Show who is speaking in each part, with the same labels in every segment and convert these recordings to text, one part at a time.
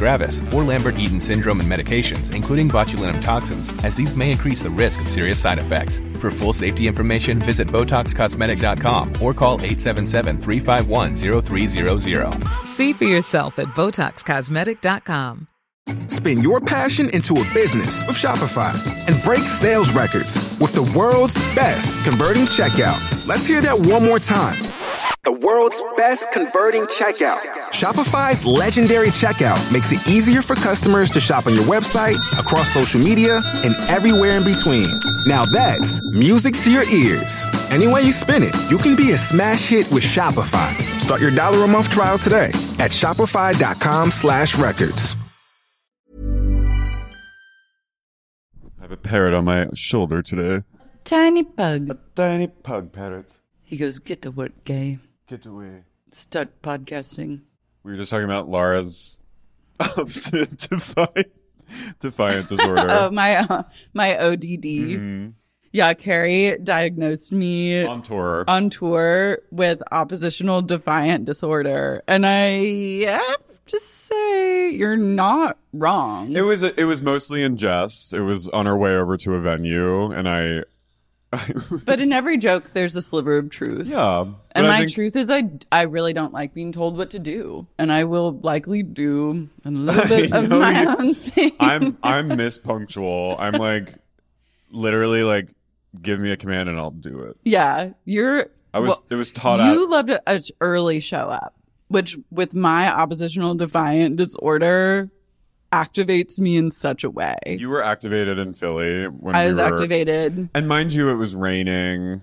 Speaker 1: gravis, or Lambert Eaton syndrome, and medications, including botulinum toxins, as these may increase the risk of serious side effects. For full safety information, visit BotoxCosmetic.com or call 877 351 0300.
Speaker 2: See for yourself at BotoxCosmetic.com.
Speaker 3: Spin your passion into a business with Shopify and break sales records with the world's best converting checkout. Let's hear that one more time.
Speaker 4: The world's best converting checkout.
Speaker 3: Shopify's legendary checkout makes it easier for customers to shop on your website, across social media, and everywhere in between. Now that's music to your ears. Any way you spin it, you can be a smash hit with Shopify. Start your dollar a month trial today at shopify.com slash records.
Speaker 5: I have a parrot on my shoulder today.
Speaker 6: Tiny pug.
Speaker 5: A tiny pug parrot.
Speaker 6: He goes, get to work, gay.
Speaker 5: Get away.
Speaker 6: Start podcasting.
Speaker 5: We were just talking about Laura's obstinate defiant, defiant disorder.
Speaker 6: Oh, my uh, my ODD.
Speaker 5: Mm-hmm.
Speaker 6: Yeah, Carrie diagnosed me
Speaker 5: On tour.
Speaker 6: on tour with oppositional defiant disorder, and I have to say, you're not wrong.
Speaker 5: It was it was mostly in jest. It was on our way over to a venue, and I
Speaker 6: but in every joke, there's a sliver of truth.
Speaker 5: yeah. but
Speaker 6: And
Speaker 5: I
Speaker 6: my
Speaker 5: think-
Speaker 6: truth is, I, I really don't like being told what to do, and I will likely do a little bit of
Speaker 5: know
Speaker 6: my
Speaker 5: you-
Speaker 6: own thing.
Speaker 5: I'm I'm mispunctual. I'm like literally like give me a command and I'll do it.
Speaker 6: Yeah, you're.
Speaker 5: I was
Speaker 6: well,
Speaker 5: it was taught out.
Speaker 6: you loved a, a early show up, which with my oppositional defiant disorder activates me in such a way.
Speaker 5: you were activated in Philly when
Speaker 6: I
Speaker 5: we
Speaker 6: was
Speaker 5: were-
Speaker 6: activated.
Speaker 5: And mind you, it was raining.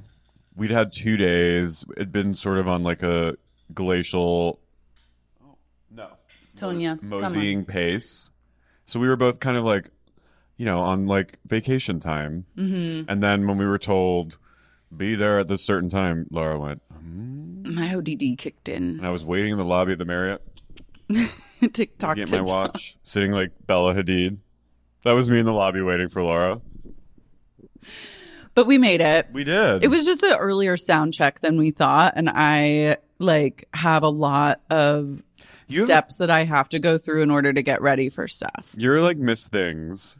Speaker 5: We'd had two days. It'd been sort of on like a glacial, no,
Speaker 6: Tonya, come on.
Speaker 5: moseying pace. So we were both kind of like, you know, on like vacation time. Mm-hmm. And then when we were told, be there at this certain time, Laura went,
Speaker 6: My ODD kicked in.
Speaker 5: and I was waiting in the lobby at the Marriott,
Speaker 6: TikTok.
Speaker 5: getting my
Speaker 6: TikTok.
Speaker 5: watch, sitting like Bella Hadid. That was me in the lobby waiting for Laura.
Speaker 6: But we made it.
Speaker 5: We did.
Speaker 6: It was just an earlier sound check than we thought, and I like have a lot of
Speaker 5: You-
Speaker 6: steps that I have to go through in order to get ready for stuff.
Speaker 5: You're like miss things.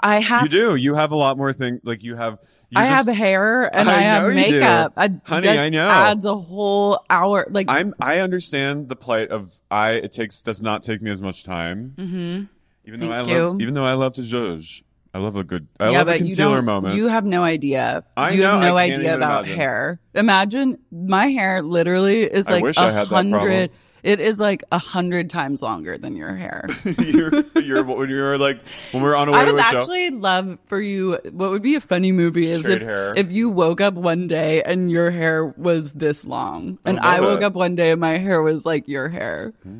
Speaker 6: I have
Speaker 5: You do. You have a lot more things. Like you have. You
Speaker 6: I
Speaker 5: just-
Speaker 6: have hair and I,
Speaker 5: I know
Speaker 6: have
Speaker 5: you do.
Speaker 6: makeup. I,
Speaker 5: Honey,
Speaker 6: that
Speaker 5: I know.
Speaker 6: Adds a whole hour. Like
Speaker 5: I'm. I understand the plight of. I. It takes. Does not take me as much time. Mm-hmm. Even though
Speaker 6: Thank
Speaker 5: I love.
Speaker 6: you.
Speaker 5: Even though I love to judge. I love a good. I
Speaker 6: yeah,
Speaker 5: love a
Speaker 6: but you
Speaker 5: concealer
Speaker 6: don't-
Speaker 5: moment.
Speaker 6: You have no idea.
Speaker 5: I
Speaker 6: you have
Speaker 5: know,
Speaker 6: no
Speaker 5: I can't
Speaker 6: idea
Speaker 5: even
Speaker 6: about
Speaker 5: imagine.
Speaker 6: hair. Imagine my hair literally is
Speaker 5: I
Speaker 6: like
Speaker 5: wish I
Speaker 6: a
Speaker 5: had that problem.
Speaker 6: hundred. It is like a hundred times longer than your hair.
Speaker 5: you're, you're. When you're like. When we're on our way
Speaker 6: I
Speaker 5: to
Speaker 6: would
Speaker 5: a
Speaker 6: actually love for you. What would be a funny movie is
Speaker 5: Straight
Speaker 6: if,
Speaker 5: hair.
Speaker 6: if you woke up one day and your hair was this long, and
Speaker 5: love
Speaker 6: I woke
Speaker 5: it.
Speaker 6: up one day and my hair was like your hair.
Speaker 5: show,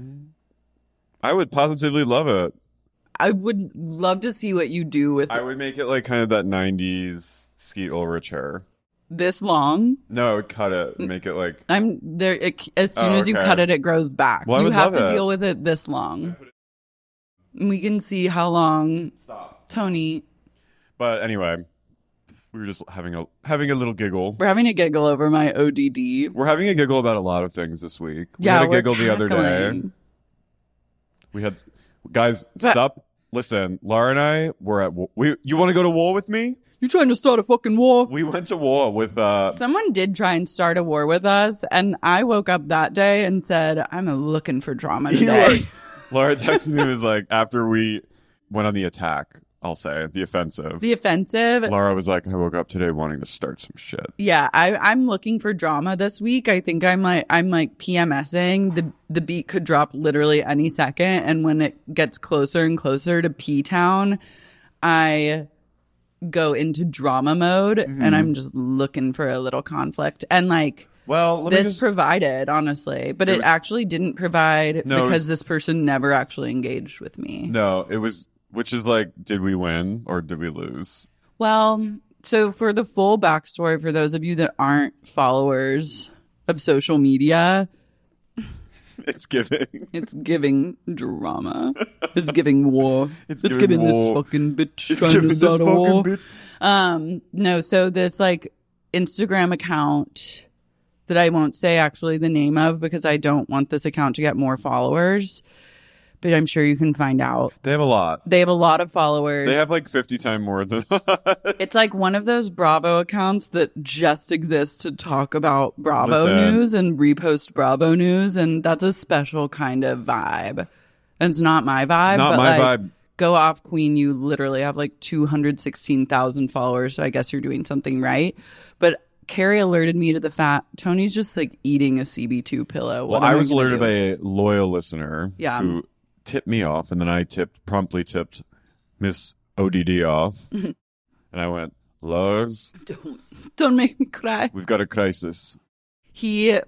Speaker 5: I would positively love it.
Speaker 6: I would love to see what you do with
Speaker 5: I would make it like kind of that '90s Skeet Ulrich hair.
Speaker 6: this long.
Speaker 5: No, I would cut it. and Make it like.
Speaker 6: I'm there. It, as
Speaker 5: Oh,
Speaker 6: soon as you
Speaker 5: okay.
Speaker 6: cut it, it grows back.
Speaker 5: Well, I
Speaker 6: you
Speaker 5: would
Speaker 6: have
Speaker 5: love
Speaker 6: to
Speaker 5: it.
Speaker 6: deal with it this long. And We can see how long Tony.
Speaker 5: But anyway, we were just having a having a little giggle.
Speaker 6: We're having a giggle over my ODD.
Speaker 5: We're having a giggle about a lot of things this week. We
Speaker 6: yeah,
Speaker 5: had a
Speaker 6: we're
Speaker 5: giggle the other day.
Speaker 6: cackling.
Speaker 5: We had guys
Speaker 6: But-
Speaker 5: sup. Listen, Laura and I were at wa- we. You want to go to war with me?
Speaker 6: You trying to start a fucking war?
Speaker 5: We went to war with. uh
Speaker 6: Someone did try and start a war with us, and I woke up that day and said, "I'm looking for drama
Speaker 5: you
Speaker 6: today."
Speaker 5: were- Laura texted me and was like after we went on the attack I'll say the offensive.
Speaker 6: The offensive.
Speaker 5: Laura was like, I woke up today wanting to start some shit.
Speaker 6: yeah, I, I'm looking for drama this week. I think I'm like I'm like PMSing. The the beat could drop literally any second, and when it gets closer and closer to P Town, I go into drama mode,
Speaker 5: Mm-hmm.
Speaker 6: and I'm just looking for a little conflict. And like
Speaker 5: Well, let
Speaker 6: this
Speaker 5: me just.
Speaker 6: provided, honestly, but it
Speaker 5: was-
Speaker 6: actually didn't provide
Speaker 5: No, it
Speaker 6: because
Speaker 5: was-
Speaker 6: this person never actually engaged with me.
Speaker 5: no, it was, which is like, did we win or did we lose?
Speaker 6: Well, so for the full backstory, for those of you that aren't followers of social media,
Speaker 5: It's giving.
Speaker 6: it's giving drama. It's giving war.
Speaker 5: It's
Speaker 6: It's,
Speaker 5: giving
Speaker 6: giving,
Speaker 5: war.
Speaker 6: this fucking bitch
Speaker 5: It's
Speaker 6: trying
Speaker 5: giving
Speaker 6: to
Speaker 5: this
Speaker 6: start a
Speaker 5: fucking
Speaker 6: war.
Speaker 5: bitch.
Speaker 6: Um, no, so this like Instagram account that I won't say actually the name of because I don't want this account to get more followers, but I'm sure you can find out.
Speaker 5: They have a lot.
Speaker 6: They have a lot of followers.
Speaker 5: They have like 50 times more than
Speaker 6: It's like one of those Bravo accounts that just exists to talk about Bravo
Speaker 5: Listen.
Speaker 6: news and repost Bravo news, and that's a special kind of vibe. And it's not my vibe.
Speaker 5: Not
Speaker 6: but
Speaker 5: my
Speaker 6: like,
Speaker 5: vibe.
Speaker 6: Go off, Queen. You literally have like two hundred sixteen thousand followers, so I guess you're doing something right. But Carrie alerted me to the fact Tony's just like eating a CB2 pillow.
Speaker 5: Well,
Speaker 6: What am
Speaker 5: I was
Speaker 6: gonna
Speaker 5: alerted
Speaker 6: do?
Speaker 5: by a loyal listener
Speaker 6: Yeah. um,
Speaker 5: who tipped me off, and then I tipped promptly tipped Miss ODD off,
Speaker 6: Mhm.
Speaker 5: and I went, "Lars,
Speaker 6: Don't make me cry.
Speaker 5: we've got a crisis."
Speaker 6: he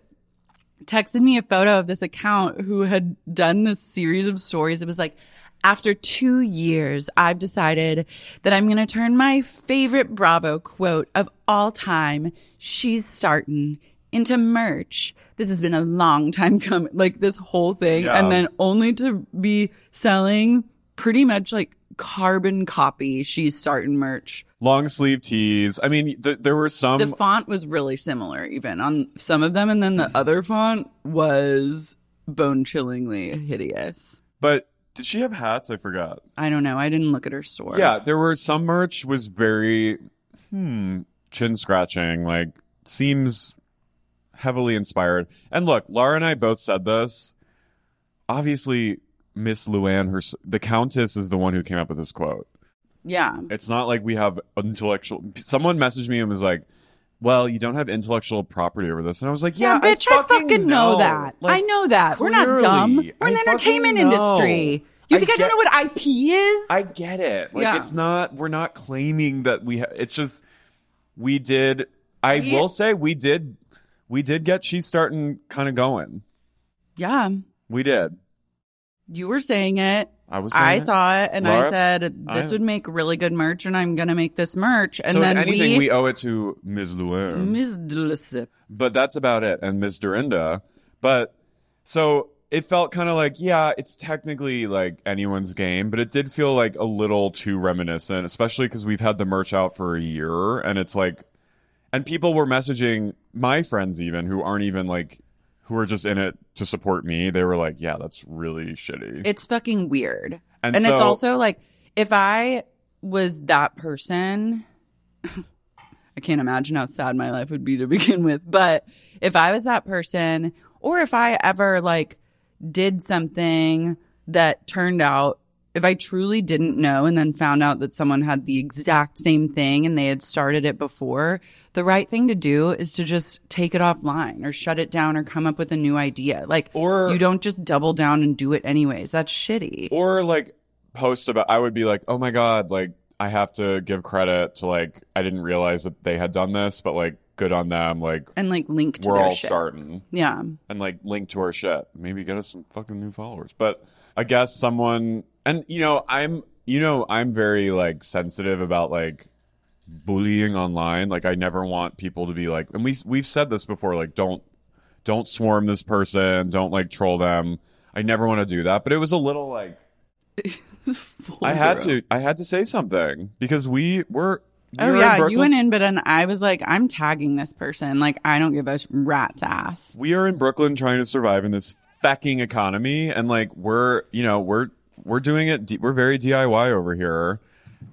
Speaker 6: texted me a photo of this account who had done this series of stories. It was like, after two years, I've decided that I'm going to turn my favorite Bravo quote of all time, she's starting, into merch. This has been a long time coming, like this whole thing.
Speaker 5: Yeah.
Speaker 6: And then only to be selling pretty much like carbon copy, she's starting merch.
Speaker 5: Long sleeve tees. I mean, th- there were some.
Speaker 6: The font was really similar, even on some of them, and then the other font was bone chillingly hideous.
Speaker 5: but did she have hats? I forgot.
Speaker 6: I don't know. I didn't look at her store.
Speaker 5: Yeah, there were some merch was very hmm chin scratching, like seems heavily inspired. And look, Laura and I both said this. Obviously, Miss Luann, her the Countess, is the one who came up with this quote.
Speaker 6: yeah.
Speaker 5: It's not like we have intellectual. Someone messaged me and was like, "Well, you don't have intellectual property over this," and I was like, "Yeah,
Speaker 6: bitch, I fucking, know, that.
Speaker 5: Like,
Speaker 6: I know that. We're not dumb.
Speaker 5: clearly,
Speaker 6: We're in
Speaker 5: I
Speaker 6: the entertainment
Speaker 5: fucking know.
Speaker 6: industry. You
Speaker 5: I
Speaker 6: think I,
Speaker 5: get-
Speaker 6: don't know what IP is?
Speaker 5: I get it. Like
Speaker 6: Yeah.
Speaker 5: it's not we're not claiming that we ha- it's just we did I will say we did we did get she's starting kind of going.
Speaker 6: yeah.
Speaker 5: We did.
Speaker 6: You were saying it.
Speaker 5: I was saying
Speaker 6: I
Speaker 5: it.
Speaker 6: saw it and
Speaker 5: Laura,
Speaker 6: I said this
Speaker 5: I-
Speaker 6: would make really good merch, and I'm gonna make this merch. And
Speaker 5: so
Speaker 6: then
Speaker 5: if anything we,
Speaker 6: we,
Speaker 5: owe it to Ms. Luan.
Speaker 6: Ms. Delisip.
Speaker 5: but that's about it and Ms. Dorinda. But so it felt kind of like yeah, it's technically like anyone's game, but it did feel like a little too reminiscent, especially cuz we've had the merch out for a year and it's like and people were messaging my friends even who aren't even like who are just in it to support me. They were like, "Yeah, that's really shitty."
Speaker 6: It's fucking weird.
Speaker 5: And
Speaker 6: And, it's
Speaker 5: so-
Speaker 6: also like if I was that person, I can't imagine how sad my life would be to begin with, but if I was that person or if I ever like did something that turned out if I truly didn't know and then found out that someone had the exact same thing and they had started it before, the right thing to do is to just take it offline or shut it down or come up with a new idea. Like
Speaker 5: Or-
Speaker 6: you don't just double down and do it anyways. That's shitty.
Speaker 5: or like posts about I would be like, "Oh my god, like I have to give credit to like I didn't realize that they had done this, but like good on them." Like
Speaker 6: and like link to
Speaker 5: we're
Speaker 6: their
Speaker 5: all
Speaker 6: shit.
Speaker 5: starting.
Speaker 6: Yeah.
Speaker 5: and like link to our shit. Maybe get us some fucking new followers. But I guess someone and you know, I'm you know, I'm very like sensitive about like bullying online. Like I never want people to be like and we we've said this before like don't don't swarm this person, don't like troll them. I never want to do that, but it was a little like I had to I had to say something because we were
Speaker 6: Oh
Speaker 5: you're in
Speaker 6: yeah, you
Speaker 5: Brooklyn.
Speaker 6: went in, but then I was like, I'm tagging this person. Like I don't give a sh- rat's ass.
Speaker 5: we are in Brooklyn trying to survive in this fucking economy, and like we're you know we're we're doing it. D- We're very DIY over here,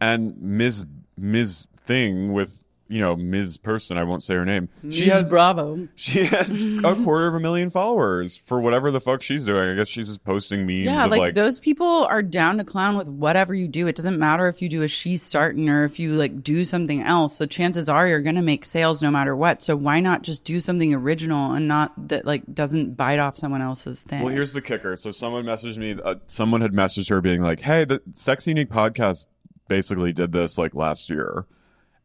Speaker 5: and Ms. Ms. Thing with you know, Ms. Person, I won't say her name. She
Speaker 6: Ms.
Speaker 5: has
Speaker 6: Bravo.
Speaker 5: she has a quarter of a million followers for whatever the fuck she's doing. I guess she's just posting memes
Speaker 6: Yeah,
Speaker 5: of
Speaker 6: like,
Speaker 5: like,
Speaker 6: those people are down to clown with whatever you do. It doesn't matter if you do a she starting or if you like do something else. The chances are you're going to make sales no matter what. So why not just do something original and not that like doesn't bite off someone else's thing?
Speaker 5: Well, here's the kicker. So someone messaged me. Uh, someone had messaged her being like, "Hey, the Sexy Unique podcast basically did this like last year,"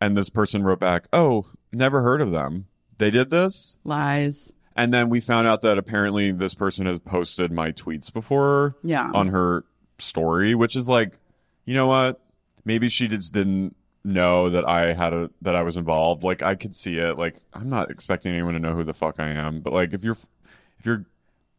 Speaker 5: and this person wrote back, "Oh, never heard of them. They did this."
Speaker 6: lies.
Speaker 5: And then we found out that apparently this person has posted my tweets before
Speaker 6: Yeah.
Speaker 5: on her story, which is like, you know what? Maybe she just didn't know that I had a that I was involved. Like I could see it. Like I'm not expecting anyone to know who the fuck I am, but like if you're if you're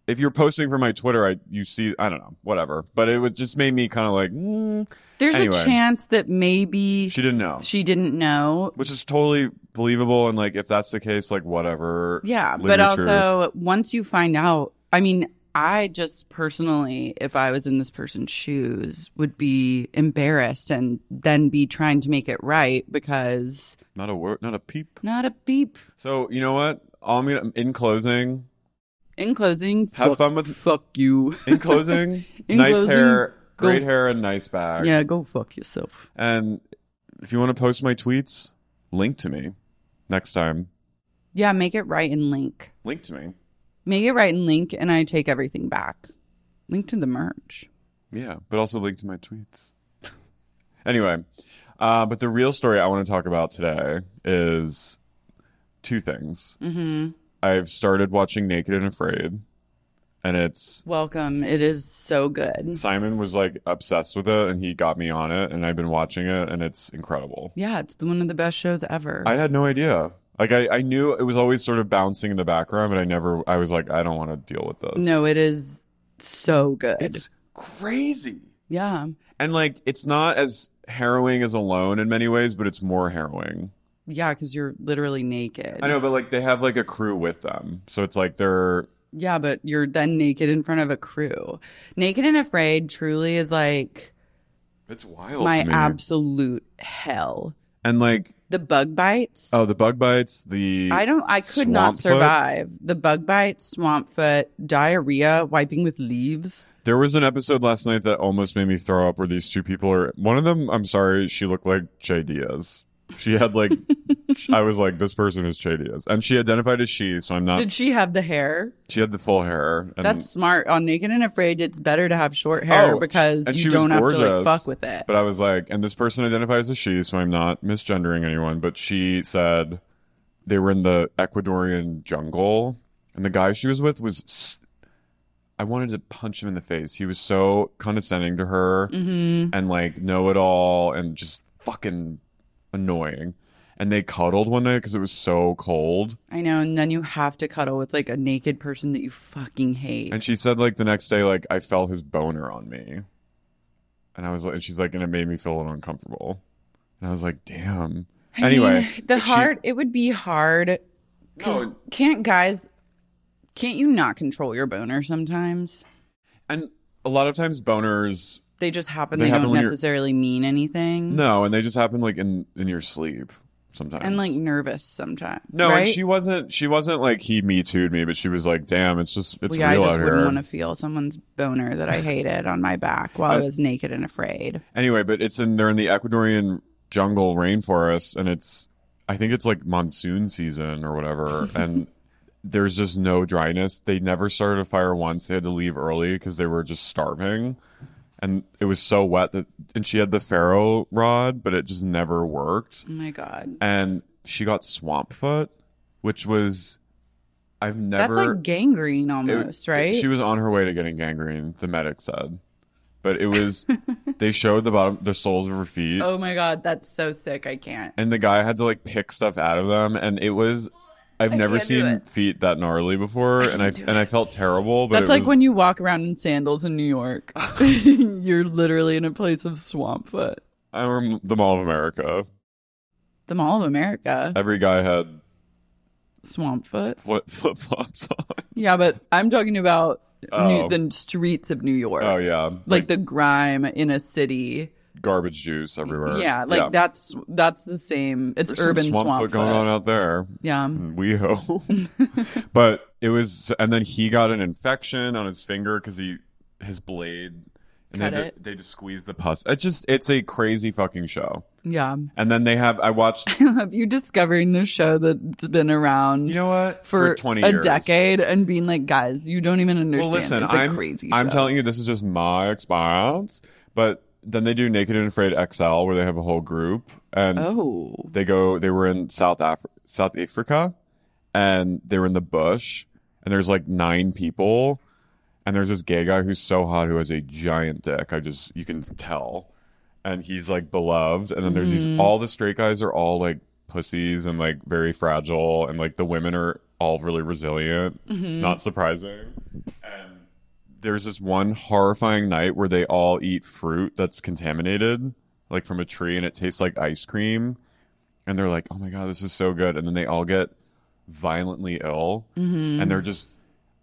Speaker 5: if you're posting from my Twitter, I you see I don't know, whatever. But it would just made me kind of like, mm,
Speaker 6: There's
Speaker 5: Anyway.
Speaker 6: a chance that maybe
Speaker 5: she didn't know.
Speaker 6: she didn't know.
Speaker 5: which is totally believable and like if that's the case, like whatever.
Speaker 6: Yeah,
Speaker 5: Live
Speaker 6: but
Speaker 5: your truth.
Speaker 6: also once you find out, I mean, I just personally, if I was in this person's shoes, would be embarrassed and then be trying to make it right because
Speaker 5: not a word not a peep.
Speaker 6: not a beep.
Speaker 5: So you know what? All I'm gonna, in closing,
Speaker 6: In closing,
Speaker 5: Have
Speaker 6: fuck-
Speaker 5: fun with-
Speaker 6: fuck you.
Speaker 5: in closing,
Speaker 6: In
Speaker 5: nice
Speaker 6: closing,
Speaker 5: hair,
Speaker 6: go-
Speaker 5: great hair, and nice bag.
Speaker 6: yeah, go fuck yourself.
Speaker 5: And if you want to post my tweets, link to me next time.
Speaker 6: Yeah, make it right and link.
Speaker 5: Link to me.
Speaker 6: Make it right and link, and I take everything back. Link to the merch.
Speaker 5: Yeah, but also link to my tweets. anyway, uh, but the real story I want to talk about today is two things. Mm-hmm. I've started watching Naked and Afraid, and it's
Speaker 6: Welcome. It is so good.
Speaker 5: Simon was like obsessed with it, and he got me on it, and I've been watching it, and it's incredible.
Speaker 6: Yeah, it's the, one of the best shows ever.
Speaker 5: I had no idea. Like I, I knew it was always sort of bouncing in the background, but I never. I was like, I don't want to deal with this.
Speaker 6: no, it is so good.
Speaker 5: it's crazy,
Speaker 6: yeah.
Speaker 5: and like it's not as harrowing as Alone in many ways, but it's more harrowing.
Speaker 6: Yeah, because you're literally naked.
Speaker 5: I know, but like they have like a crew with them, so it's like they're
Speaker 6: Yeah, but you're then naked in front of a crew. Naked and Afraid truly is like
Speaker 5: it's wild.
Speaker 6: my
Speaker 5: to me.
Speaker 6: absolute hell.
Speaker 5: and like
Speaker 6: The bug bites.
Speaker 5: oh, the bug bites. The
Speaker 6: I don't. I could
Speaker 5: swamp
Speaker 6: not
Speaker 5: foot.
Speaker 6: survive the bug bites, swamp foot, diarrhea, wiping with leaves.
Speaker 5: There was an episode last night that almost made me throw up where these two people are one of them, I'm sorry, she looked like Che Diaz. She had like I was like, this person is Che Diaz. And she identified as she, so I'm not
Speaker 6: Did she have the hair?
Speaker 5: she had the full hair. And,
Speaker 6: That's smart. On Naked and Afraid, it's better to have short hair
Speaker 5: Oh,
Speaker 6: because
Speaker 5: and
Speaker 6: you
Speaker 5: she was
Speaker 6: don't have to like
Speaker 5: gorgeous,
Speaker 6: fuck with it.
Speaker 5: But I was like, and this person identifies as she, so I'm not misgendering anyone, but she said they were in the Ecuadorian jungle and the guy she was with was s- I wanted to punch him in the face. He was so condescending to her and like know it all and just fucking annoying. And they cuddled one night because it was so cold.
Speaker 6: I know. And then you have to cuddle with like a naked person that you fucking hate.
Speaker 5: And she said like the next day, like I felt his boner on me, and I was like, and she's like, and it made me feel a little uncomfortable, and I was like, damn.
Speaker 6: I
Speaker 5: anyway,
Speaker 6: mean, the
Speaker 5: she-
Speaker 6: hard it would be hard. 'cause
Speaker 5: No.
Speaker 6: can't guys? Can't you not control your boner sometimes?
Speaker 5: and a lot of times boners
Speaker 6: They just happen.
Speaker 5: They
Speaker 6: They,
Speaker 5: happen
Speaker 6: don't
Speaker 5: when you're-
Speaker 6: necessarily mean anything.
Speaker 5: no, and they just happen like in in your sleep sometimes,
Speaker 6: and like nervous sometimes.
Speaker 5: no,
Speaker 6: right?
Speaker 5: and she wasn't she wasn't like he me too'd me, but she was like, damn, it's just it's real
Speaker 6: Well, yeah, I just
Speaker 5: out
Speaker 6: wouldn't
Speaker 5: here.
Speaker 6: want to feel someone's boner that I hated on my back while I was naked and afraid.
Speaker 5: Anyway, but it's in they're in the Ecuadorian jungle rainforest, and it's I think it's like monsoon season or whatever, and there's just no dryness. They never started a fire once. They had to leave early because they were just starving, and it was so wet that and she had the ferro rod, but it just never worked,
Speaker 6: Oh my god,
Speaker 5: and she got swamp foot, which was I've never
Speaker 6: that's like gangrene
Speaker 5: it-
Speaker 6: almost, right?
Speaker 5: She was on her way to getting gangrene, the medic said. But it was they showed the bottom the soles of her feet
Speaker 6: oh my god, that's so sick. I can't.
Speaker 5: and the guy had to like pick stuff out of them and it was I've never
Speaker 6: can't do
Speaker 5: seen
Speaker 6: it.
Speaker 5: feet that gnarly before and I and I felt terrible but
Speaker 6: That's
Speaker 5: it
Speaker 6: like
Speaker 5: was,
Speaker 6: when you walk around in sandals in New York. You're literally in a place of swamp foot.
Speaker 5: I were the Mall of America.
Speaker 6: The Mall of America,
Speaker 5: Every guy had
Speaker 6: swamp foot.
Speaker 5: flip flip flops on.
Speaker 6: Yeah, but I'm talking about
Speaker 5: Oh.
Speaker 6: New, the streets of New York.
Speaker 5: Oh yeah.
Speaker 6: Like, the grime in a city
Speaker 5: garbage juice everywhere.
Speaker 6: Yeah, like that's that's the same. It's
Speaker 5: There's some
Speaker 6: urban
Speaker 5: swamp, foot going on Mm. out there.
Speaker 6: Yeah.
Speaker 5: in WeHo. but it was, and then he got an infection on his finger because he his blade. And
Speaker 6: Cut
Speaker 5: they, ju-
Speaker 6: it.
Speaker 5: they just squeeze the pus. It's just it's a crazy fucking show.
Speaker 6: Yeah.
Speaker 5: And then they have I watched. You
Speaker 6: Have you discovering this show that's been around
Speaker 5: know what?
Speaker 6: for,
Speaker 5: twenty
Speaker 6: a
Speaker 5: years.
Speaker 6: decade and being like, guys, you don't even understand.
Speaker 5: Well, listen,
Speaker 6: it's a
Speaker 5: I'm
Speaker 6: crazy.
Speaker 5: I'm
Speaker 6: show.
Speaker 5: telling you, this is just my experience. But then they do Naked and Afraid XL, where they have a whole group, and
Speaker 6: Oh,
Speaker 5: they go they were in south Af- south africa and they were in the bush and there's like nine people and there's this gay guy who's so hot who has a giant dick i just you can tell and he's like beloved and then there's these all the straight guys are all like pussies and like very fragile and like the women are all really resilient not surprising and there's this one horrifying night where they all eat fruit that's contaminated like from a tree and it tastes like ice cream and they're like, "Oh my god, this is so good!" And then they all get violently ill, and they're just.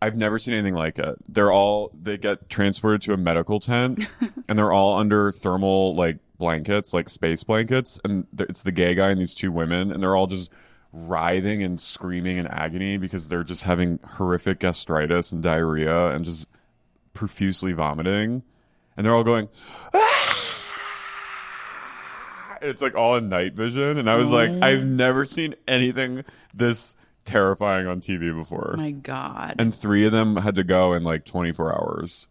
Speaker 5: I've never seen anything like it. They're all they get transported to a medical tent, and they're all under thermal like blankets, like space blankets, and th- it's the gay guy and these two women, and they're all just writhing and screaming in agony because they're just having horrific gastritis and diarrhea and just profusely vomiting, and they're all going. "Ah!" it's like all in night vision and i was like i've never seen anything this terrifying on tv before
Speaker 6: my god.
Speaker 5: and three of them had to go in like 24 hours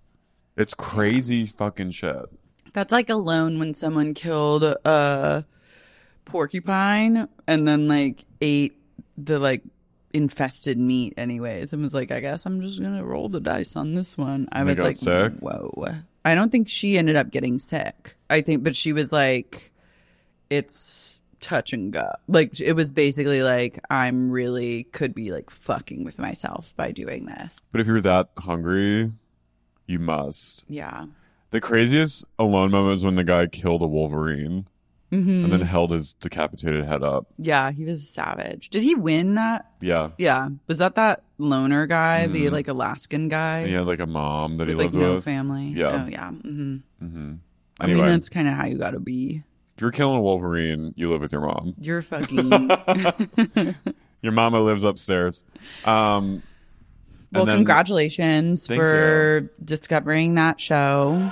Speaker 5: it's crazy fucking shit
Speaker 6: That's like alone when someone killed a porcupine and then like ate the like infested meat anyways and was like, I guess I'm just gonna roll the dice on this one. I
Speaker 5: They
Speaker 6: was
Speaker 5: got
Speaker 6: like,
Speaker 5: sick?
Speaker 6: whoa. I don't think she ended up getting sick. I think, but she was like, it's touch and go. Like it was basically like I'm really could be like fucking with myself by doing this.
Speaker 5: but if you're that hungry you must
Speaker 6: Yeah.
Speaker 5: the craziest alone moment is when the guy killed a wolverine and
Speaker 6: Mm-hmm.
Speaker 5: then held his decapitated head up
Speaker 6: Yeah, he was savage. Did he win that
Speaker 5: yeah
Speaker 6: Yeah. Was that that loner guy, the like Alaskan guy?
Speaker 5: and he had like a mom that Mm-hmm. he
Speaker 6: With, like
Speaker 5: lived
Speaker 6: no
Speaker 5: with
Speaker 6: family.
Speaker 5: yeah
Speaker 6: Oh, yeah. hmm I
Speaker 5: anyway
Speaker 6: mean, that's kind of how you got to be.
Speaker 5: if you're killing a wolverine you live with your mom
Speaker 6: You're fucking. well,
Speaker 5: Your mama lives upstairs. Um, and then-
Speaker 6: congratulations
Speaker 5: Thank
Speaker 6: for discovering that show.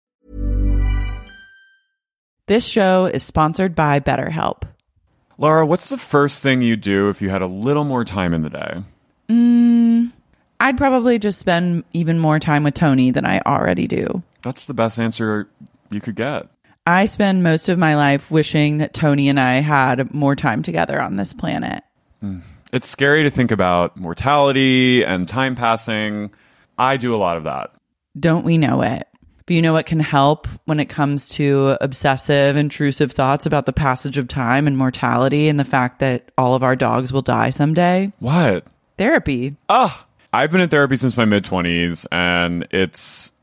Speaker 6: This show is sponsored by BetterHelp.
Speaker 5: Laura, what's the first thing you do if you had a little more time in the day?
Speaker 6: I'd probably just spend even more time with Tony than I already do.
Speaker 5: That's the best answer you could get.
Speaker 6: I spend most of my life wishing that Tony and I had more time together on this planet.
Speaker 5: It's scary to think about mortality and time passing. I do a lot of that.
Speaker 6: Don't we know it? But you know what can help when it comes to obsessive, intrusive thoughts about the passage of time and mortality and the fact that all of our dogs will die someday?
Speaker 5: What?
Speaker 6: Therapy.
Speaker 5: Ah, I've been in therapy since my mid 20s, and it's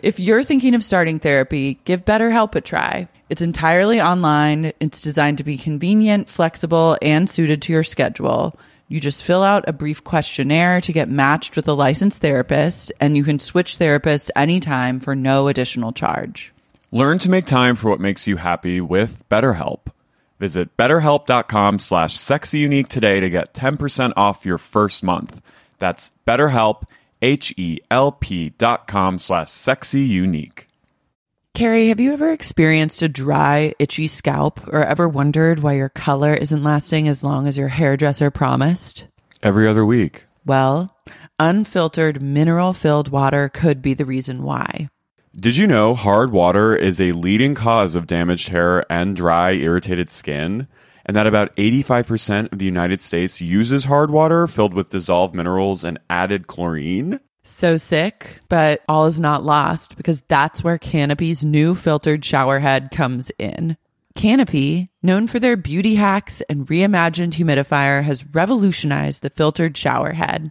Speaker 6: If you're thinking of starting therapy, give BetterHelp a try. It's entirely online, it's designed to be convenient, flexible, and suited to your schedule. You just fill out a brief questionnaire to get matched with a licensed therapist, and you can switch therapists anytime for no additional charge.
Speaker 5: Learn to make time for what makes you happy with BetterHelp. Visit betterhelp.com slash sexyunique today to get 10% off your first month. That's betterhelp, H-E-L-P dot com slash sexyunique.
Speaker 6: Carrie, have you ever experienced a dry, itchy scalp or ever wondered why your color isn't lasting as long as your hairdresser promised?
Speaker 5: Every other week.
Speaker 6: Well, unfiltered, mineral filled water could be the reason why.
Speaker 5: Did you know hard water is a leading cause of damaged hair and dry, irritated skin? And that about 85% of the United States uses hard water filled with dissolved minerals and added chlorine?
Speaker 6: So sick, but all is not lost because that's where Canopy's new filtered shower head comes in. Canopy, known for their beauty hacks and reimagined humidifier, has revolutionized the filtered shower head.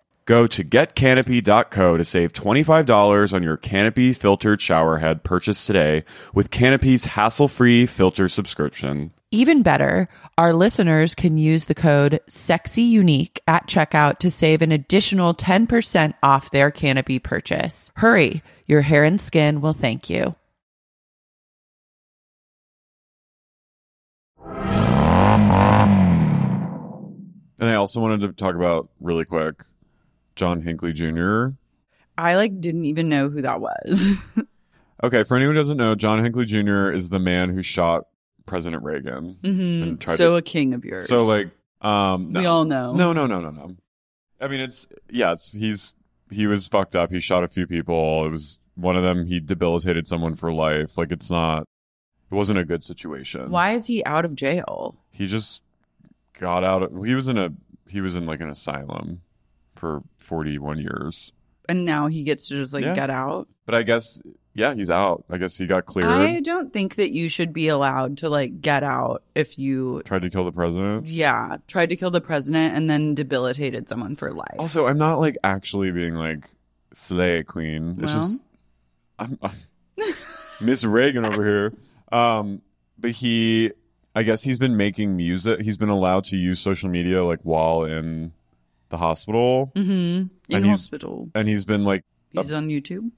Speaker 5: Go to getcanopy.co to save $25 on your Canopy filtered shower head purchase today with Canopy's hassle free filter subscription.
Speaker 6: Even better, our listeners can use the code SEXYUNIQUE at checkout to save an additional 10% off their Canopy purchase. Hurry, your hair and skin will thank you.
Speaker 5: And I also wanted to talk about really quick John Hinckley Jr.
Speaker 6: I like didn't even know who that was.
Speaker 5: Okay, for anyone who doesn't know, John Hinckley Jr. is the man who shot President Reagan and tried
Speaker 6: Mm-hmm. So
Speaker 5: to
Speaker 6: a king of yours.
Speaker 5: So like um
Speaker 6: We
Speaker 5: no.
Speaker 6: all know.
Speaker 5: No, no, no, no, no. I mean it's yeah, it's he's he was fucked up. He shot a few people. It was one of them he debilitated someone for life. Like it's not it wasn't a good situation.
Speaker 6: Why is he out of jail?
Speaker 5: He just got out of, he was in a he was in like an asylum for 41 years.
Speaker 6: And now he gets to just like
Speaker 5: Yeah.
Speaker 6: get out.
Speaker 5: But I guess yeah, he's out. I guess he got cleared.
Speaker 6: I don't think that you should be allowed to like get out if you
Speaker 5: Tried to kill the president.
Speaker 6: yeah, tried to kill the president and then debilitated someone for life.
Speaker 5: Also, I'm not like actually being like slay queen. It's
Speaker 6: Well.
Speaker 5: just I'm, I'm Miss Reagan over here. Um, but he, I guess he's been making music. He's been allowed to use social media like while in the hospital,
Speaker 6: mm-hmm. In
Speaker 5: and he's-
Speaker 6: hospital.
Speaker 5: and he's been like
Speaker 6: He's on YouTube.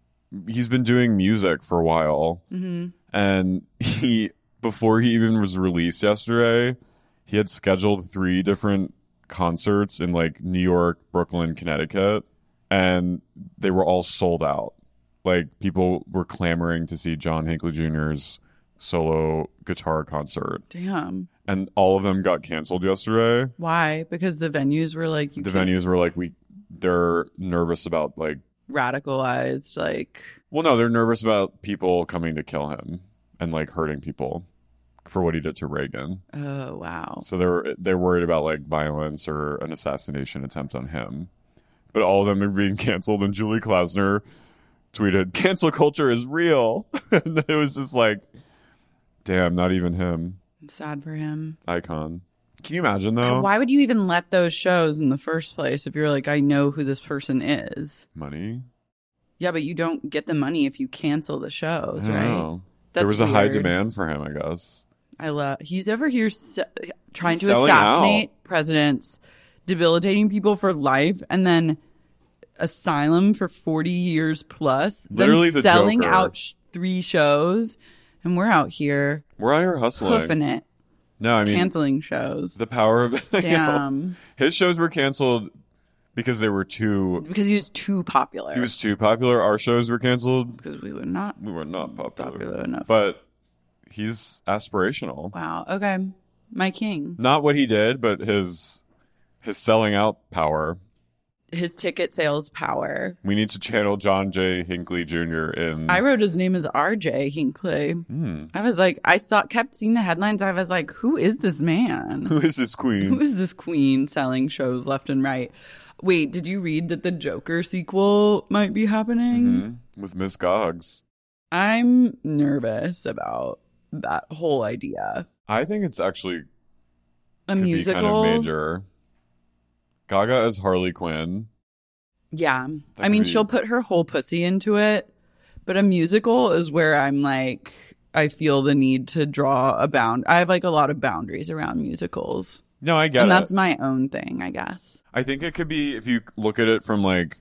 Speaker 5: he's been doing music for a while.
Speaker 6: Mm-hmm.
Speaker 5: and he before he even was released yesterday he had scheduled three different concerts in like new york brooklyn connecticut and they were all sold out like people were clamoring to see john hinckley jr's solo guitar concert
Speaker 6: Damn.
Speaker 5: and all of them got canceled yesterday
Speaker 6: Why? Because the venues were like you
Speaker 5: the
Speaker 6: can't-
Speaker 5: venues were like we they're nervous about like
Speaker 6: radicalized. Like
Speaker 5: well no they're nervous about people coming to kill him and like hurting people for what he did to reagan
Speaker 6: oh wow.
Speaker 5: So they're they're worried about like violence or an assassination attempt on him. But all of them are being canceled and Julie Klausner tweeted, Cancel culture is real. and it was just like Damn, not even him.
Speaker 6: I'm sad for him.
Speaker 5: Icon. Can you imagine though?
Speaker 6: Why would you even let those shows in the first place if you're like, I know who this person is?
Speaker 5: Money.
Speaker 6: Yeah, but you don't get the money if you cancel the shows,
Speaker 5: I don't
Speaker 6: right?
Speaker 5: know. there
Speaker 6: That's
Speaker 5: was a high
Speaker 6: weird.
Speaker 5: demand for him, I guess.
Speaker 6: I love. He's over here se- trying to
Speaker 5: Selling
Speaker 6: assassinate presidents, debilitating people for life, and then asylum for forty years plus. then
Speaker 5: Literally the
Speaker 6: selling
Speaker 5: Joker.
Speaker 6: out sh- three shows, and we're out here
Speaker 5: We're out here hustling.
Speaker 6: hoofing it,
Speaker 5: No, I mean
Speaker 6: canceling shows.
Speaker 5: the power of I know.
Speaker 6: Damn,
Speaker 5: his shows were canceled because they were too
Speaker 6: because he was too popular.
Speaker 5: he was too popular. Our shows were canceled
Speaker 6: because we were not.
Speaker 5: we were not popular,
Speaker 6: Popular enough.
Speaker 5: But he's aspirational.
Speaker 6: Wow. Okay, my king.
Speaker 5: Not what he did, but his his selling out power.
Speaker 6: his ticket sales power.
Speaker 5: We need to channel John J. Hinckley Jr. in.
Speaker 6: I wrote his name as R.J. Hinckley.
Speaker 5: Hmm.
Speaker 6: I was like, I saw, kept seeing the headlines. I was like, who is this man?
Speaker 5: Who is this
Speaker 6: who
Speaker 5: queen?
Speaker 6: is this queen selling shows left and right? Wait, did you read that the Joker sequel might be happening?
Speaker 5: Mhm. With Miss Gogs.
Speaker 6: I'm nervous about that whole idea.
Speaker 5: I think it's actually
Speaker 6: A
Speaker 5: could
Speaker 6: musical,
Speaker 5: be kind of major. Gaga is Harley Quinn.
Speaker 6: yeah.
Speaker 5: That
Speaker 6: I
Speaker 5: could
Speaker 6: mean,
Speaker 5: be-
Speaker 6: she'll put her whole pussy into it, but a musical is where I'm like, I feel the need to draw a bound. I have like a lot of boundaries around musicals,
Speaker 5: No, I get
Speaker 6: and
Speaker 5: it.
Speaker 6: that's my own thing, I guess.
Speaker 5: I think it could be if you look at it from like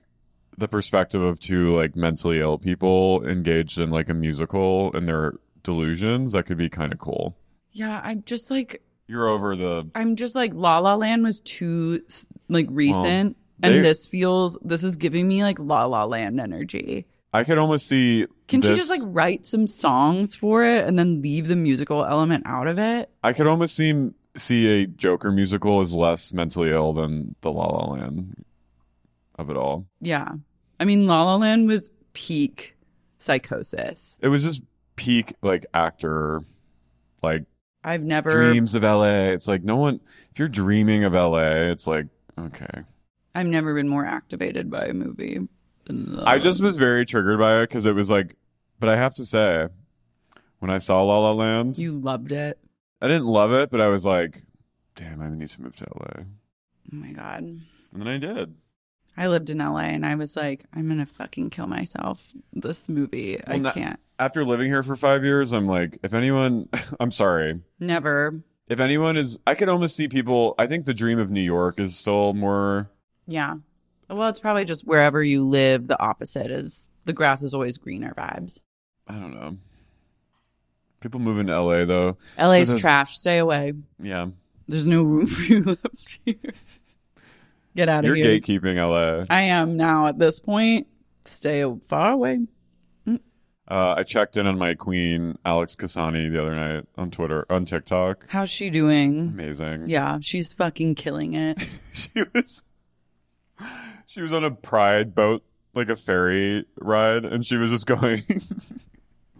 Speaker 5: the perspective of two like mentally ill people engaged in like a musical and their delusions, that could be kind of cool.
Speaker 6: Yeah, I'm just like,
Speaker 5: You're over the
Speaker 6: I'm just like La La Land was too like recent,
Speaker 5: they-
Speaker 6: and this feels this is giving me like La La Land energy.
Speaker 5: I could almost see
Speaker 6: Can she
Speaker 5: this-
Speaker 6: just like write some songs for it and then leave the musical element out of it?
Speaker 5: I could almost see see a Joker musical as less mentally ill than the La La Land of it all.
Speaker 6: Yeah. I mean, La La Land was peak psychosis.
Speaker 5: It was just peak like actor like
Speaker 6: I've never
Speaker 5: dreams of LA. It's like no one if you're dreaming of LA, it's like okay.
Speaker 6: I've never been more activated by a movie. than La
Speaker 5: I
Speaker 6: La
Speaker 5: just was very triggered by it cuz it was like but I have to say when I saw La La Land,
Speaker 6: Land. you loved it.
Speaker 5: I didn't love it, but I was like damn, I need to move to LA.
Speaker 6: Oh my god.
Speaker 5: And then I did.
Speaker 6: I lived in LA and I was like, I'm gonna fucking kill myself. This movie, I
Speaker 5: Well, no-
Speaker 6: can't.
Speaker 5: After living here for 5 years, I'm like if anyone I'm sorry.
Speaker 6: Never.
Speaker 5: if anyone is i could almost see people i think the dream of new york is still more
Speaker 6: Yeah. Well, it's probably just wherever you live, the opposite is the grass is always greener vibes.
Speaker 5: i don't know people move into la though
Speaker 6: LA's
Speaker 5: This is-
Speaker 6: trash. Stay away.
Speaker 5: yeah
Speaker 6: There's no room for you left here. Get out
Speaker 5: you're
Speaker 6: of here.
Speaker 5: gatekeeping la
Speaker 6: I am now at this point. Stay far away.
Speaker 5: uh, i checked in on my queen alex kasani the other night on twitter on tiktok
Speaker 6: How's she doing?
Speaker 5: amazing
Speaker 6: Yeah, she's fucking killing it.
Speaker 5: she was she was on a pride boat like a ferry ride and she was just going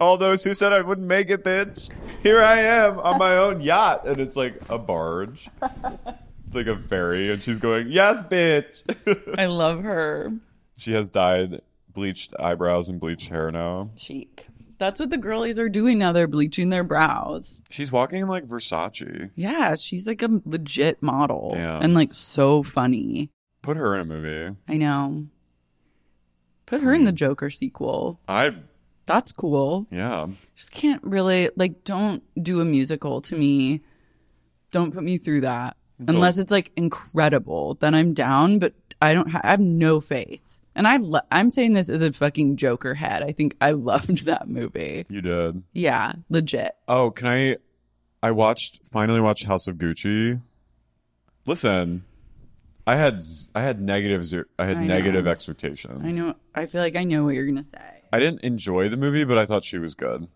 Speaker 5: all those who said i wouldn't make it bitch here i am on my own yacht and it's like a barge it's like a ferry and she's going yes bitch
Speaker 6: I love her.
Speaker 5: she has dyed bleached eyebrows and bleached hair now
Speaker 6: Chic. That's what the girlies are doing now. They're bleaching their brows.
Speaker 5: she's walking in like versace
Speaker 6: Yeah, she's like a legit model
Speaker 5: Damn.
Speaker 6: and like so funny.
Speaker 5: put her in a movie
Speaker 6: I know. Put her in the Joker sequel.
Speaker 5: i
Speaker 6: That's cool.
Speaker 5: yeah
Speaker 6: Just can't really like don't do a musical to me. Don't put me through that. Unless it's like incredible, then I'm down, but I don't ha- I have no faith. And I lo- I'm saying this as a fucking Joker head. I think I loved that movie.
Speaker 5: you did
Speaker 6: Yeah, legit.
Speaker 5: Oh, can I? I watched finally watched House of Gucci. Listen, I had z- I had negative zero, I had
Speaker 6: I know.
Speaker 5: negative expectations.
Speaker 6: I know I feel like I know what you're going to say.
Speaker 5: I didn't enjoy the movie, but I thought she was good.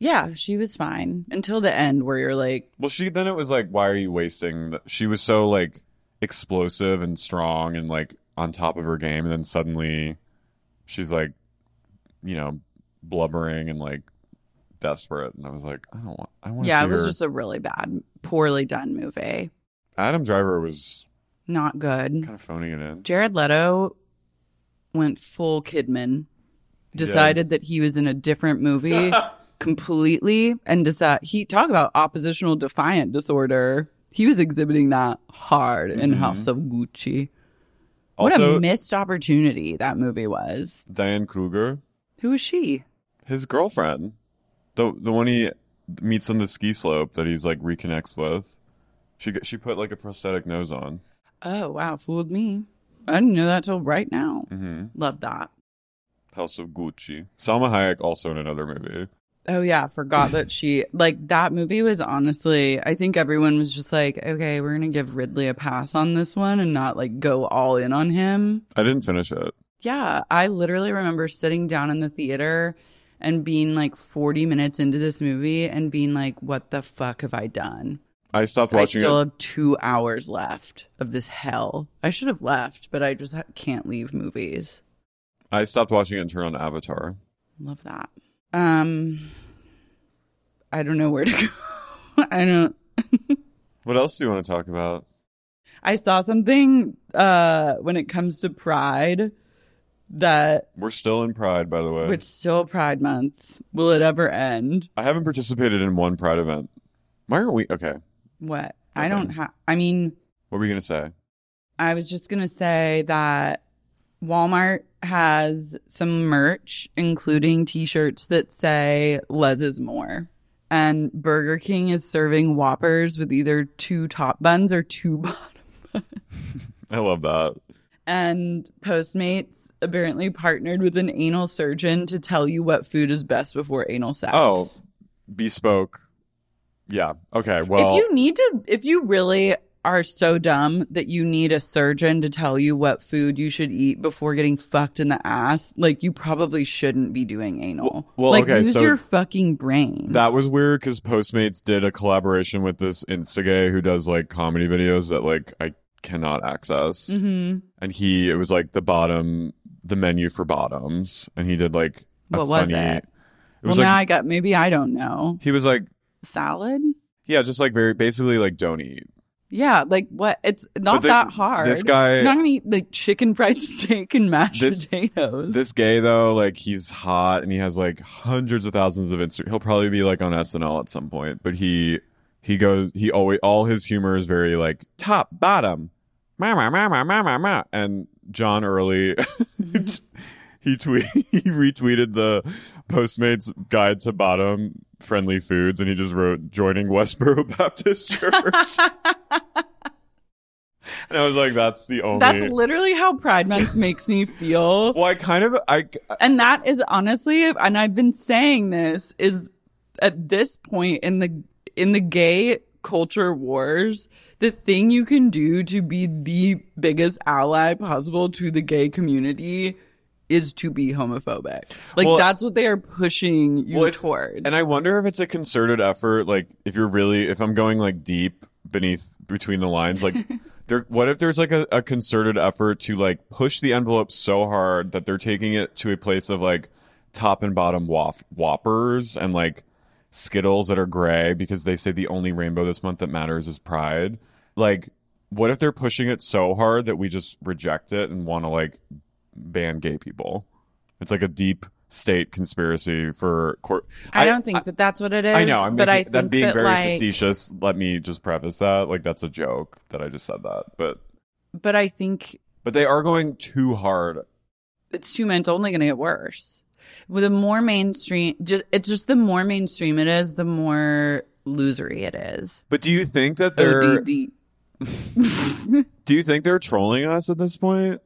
Speaker 6: Yeah, she was fine until the end where you're like,
Speaker 5: Well, she then it was like, why are you wasting? The, she was so like explosive and strong and like on top of her game, and then suddenly she's like, you know, blubbering and like desperate, and I was like, I don't want. I want.
Speaker 6: yeah,
Speaker 5: see
Speaker 6: it was
Speaker 5: her.
Speaker 6: just a really bad, poorly done movie.
Speaker 5: Adam Driver was
Speaker 6: Not good.
Speaker 5: kind of phoning it in.
Speaker 6: Jared Leto went full Kidman,
Speaker 5: did.
Speaker 6: decided that he was in a different movie completely, and decide he talk about oppositional defiant disorder. He was exhibiting that hard in House of Gucci. what a
Speaker 5: Mm-hmm. Also,
Speaker 6: missed opportunity that movie was.
Speaker 5: Diane Kruger.
Speaker 6: Who is she?
Speaker 5: his girlfriend, the the one he meets on the ski slope that he's like reconnects with. She g- she put like a prosthetic nose on.
Speaker 6: Oh wow, fooled me. I didn't know that till right now. Love that.
Speaker 5: House of Gucci. Salma Hayek also in another movie.
Speaker 6: Oh yeah, forgot that she like that movie was honestly. I think everyone was just like, okay, we're gonna give Ridley a pass on this one and not like go all in on him.
Speaker 5: I didn't finish it.
Speaker 6: Yeah, I literally remember sitting down in the theater and being like 40 minutes into this movie and being like, what the fuck have I done?
Speaker 5: I stopped
Speaker 6: I
Speaker 5: watching
Speaker 6: still
Speaker 5: it.
Speaker 6: have two hours left of this hell. I should have left, but I just ha- can't leave movies.
Speaker 5: I stopped watching it and turned on Avatar.
Speaker 6: Love that. Um, I don't know where to go. I don't.
Speaker 5: What else do you want to talk about?
Speaker 6: I saw something uh when it comes to Pride that
Speaker 5: We're still in Pride, by the way.
Speaker 6: it's still Pride Month. Will it ever end?
Speaker 5: I haven't participated in one Pride event. Why aren't we? Okay.
Speaker 6: What? I
Speaker 5: Okay.
Speaker 6: don't have. I mean,
Speaker 5: What were you going to say?
Speaker 6: I was just gonna say that Walmart has some merch, including T-shirts that say "Less is more," and Burger King is serving Whoppers with either two top buns or two bottom.
Speaker 5: I love that.
Speaker 6: And Postmates apparently partnered with an anal surgeon to tell you what food is best before anal sex.
Speaker 5: Oh, bespoke. Yeah. Okay. Well,
Speaker 6: if you need to, if you really are so dumb that you need a surgeon to tell you what food you should eat before getting fucked in the ass, like you probably shouldn't be doing anal.
Speaker 5: Well- well,
Speaker 6: like
Speaker 5: okay,
Speaker 6: use
Speaker 5: so
Speaker 6: your fucking brain.
Speaker 5: that was weird because Postmates did a collaboration with this Instagay who does like comedy videos that like I cannot access.
Speaker 6: Mhm.
Speaker 5: And he, it was like the bottom, the menu for bottoms. And he did like, a
Speaker 6: What was
Speaker 5: funny-
Speaker 6: it?
Speaker 5: It was
Speaker 6: well, now
Speaker 5: like,
Speaker 6: I got maybe I don't know
Speaker 5: he was like,
Speaker 6: salad.
Speaker 5: yeah, just like very basically like don't eat.
Speaker 6: Yeah, like what? It's not
Speaker 5: the-
Speaker 6: that hard.
Speaker 5: this guy-
Speaker 6: You're not gonna eat like chicken fried steak and mashed
Speaker 5: This-
Speaker 6: potatoes.
Speaker 5: This gay though, like he's hot and he has like hundreds of thousands of Insta. He'll probably be like on SNL at some point, but he he goes he always all his humor is very like top bottom, ma ma ma ma ma ma ma. And John Early, he tweet he retweeted the Postmates guide to bottom friendly foods, and he just wrote joining Westboro Baptist Church. and I was like, that's the only.
Speaker 6: That's literally how Pride Month makes me feel.
Speaker 5: well, I kind of I
Speaker 6: And that is honestly, and I've been saying this is at this point in the in the gay culture wars, the thing you can do to be the biggest ally possible to the gay community is to be homophobic. Like
Speaker 5: Well-
Speaker 6: that's what they are pushing you
Speaker 5: Well, it's-
Speaker 6: toward.
Speaker 5: And I wonder if it's a concerted effort, like if you're really, if I'm going like deep beneath between the lines, like there, what if there's like a, a concerted effort to like push the envelope so hard that they're taking it to a place of like top and bottom waf- whoppers and like Skittles that are gray because they say the only rainbow this month that matters is pride. Like, what if they're pushing it so hard that we just reject it and want to like ban gay people? It's like a deep state conspiracy for court.
Speaker 6: I, don't think that that's what it is.
Speaker 5: I know. I'm
Speaker 6: but
Speaker 5: making,
Speaker 6: I think
Speaker 5: that being
Speaker 6: that,
Speaker 5: very
Speaker 6: like,
Speaker 5: facetious. Let me just preface that. Like that's a joke that I just said that, but
Speaker 6: But I think
Speaker 5: but they are going too hard.
Speaker 6: it's too many. It's only going to get worse. With the more mainstream, just it's just the more mainstream it is, the more losery it is.
Speaker 5: But do you think that
Speaker 6: Oh,
Speaker 5: they're
Speaker 6: ODD.
Speaker 5: do you think they're trolling us at this point?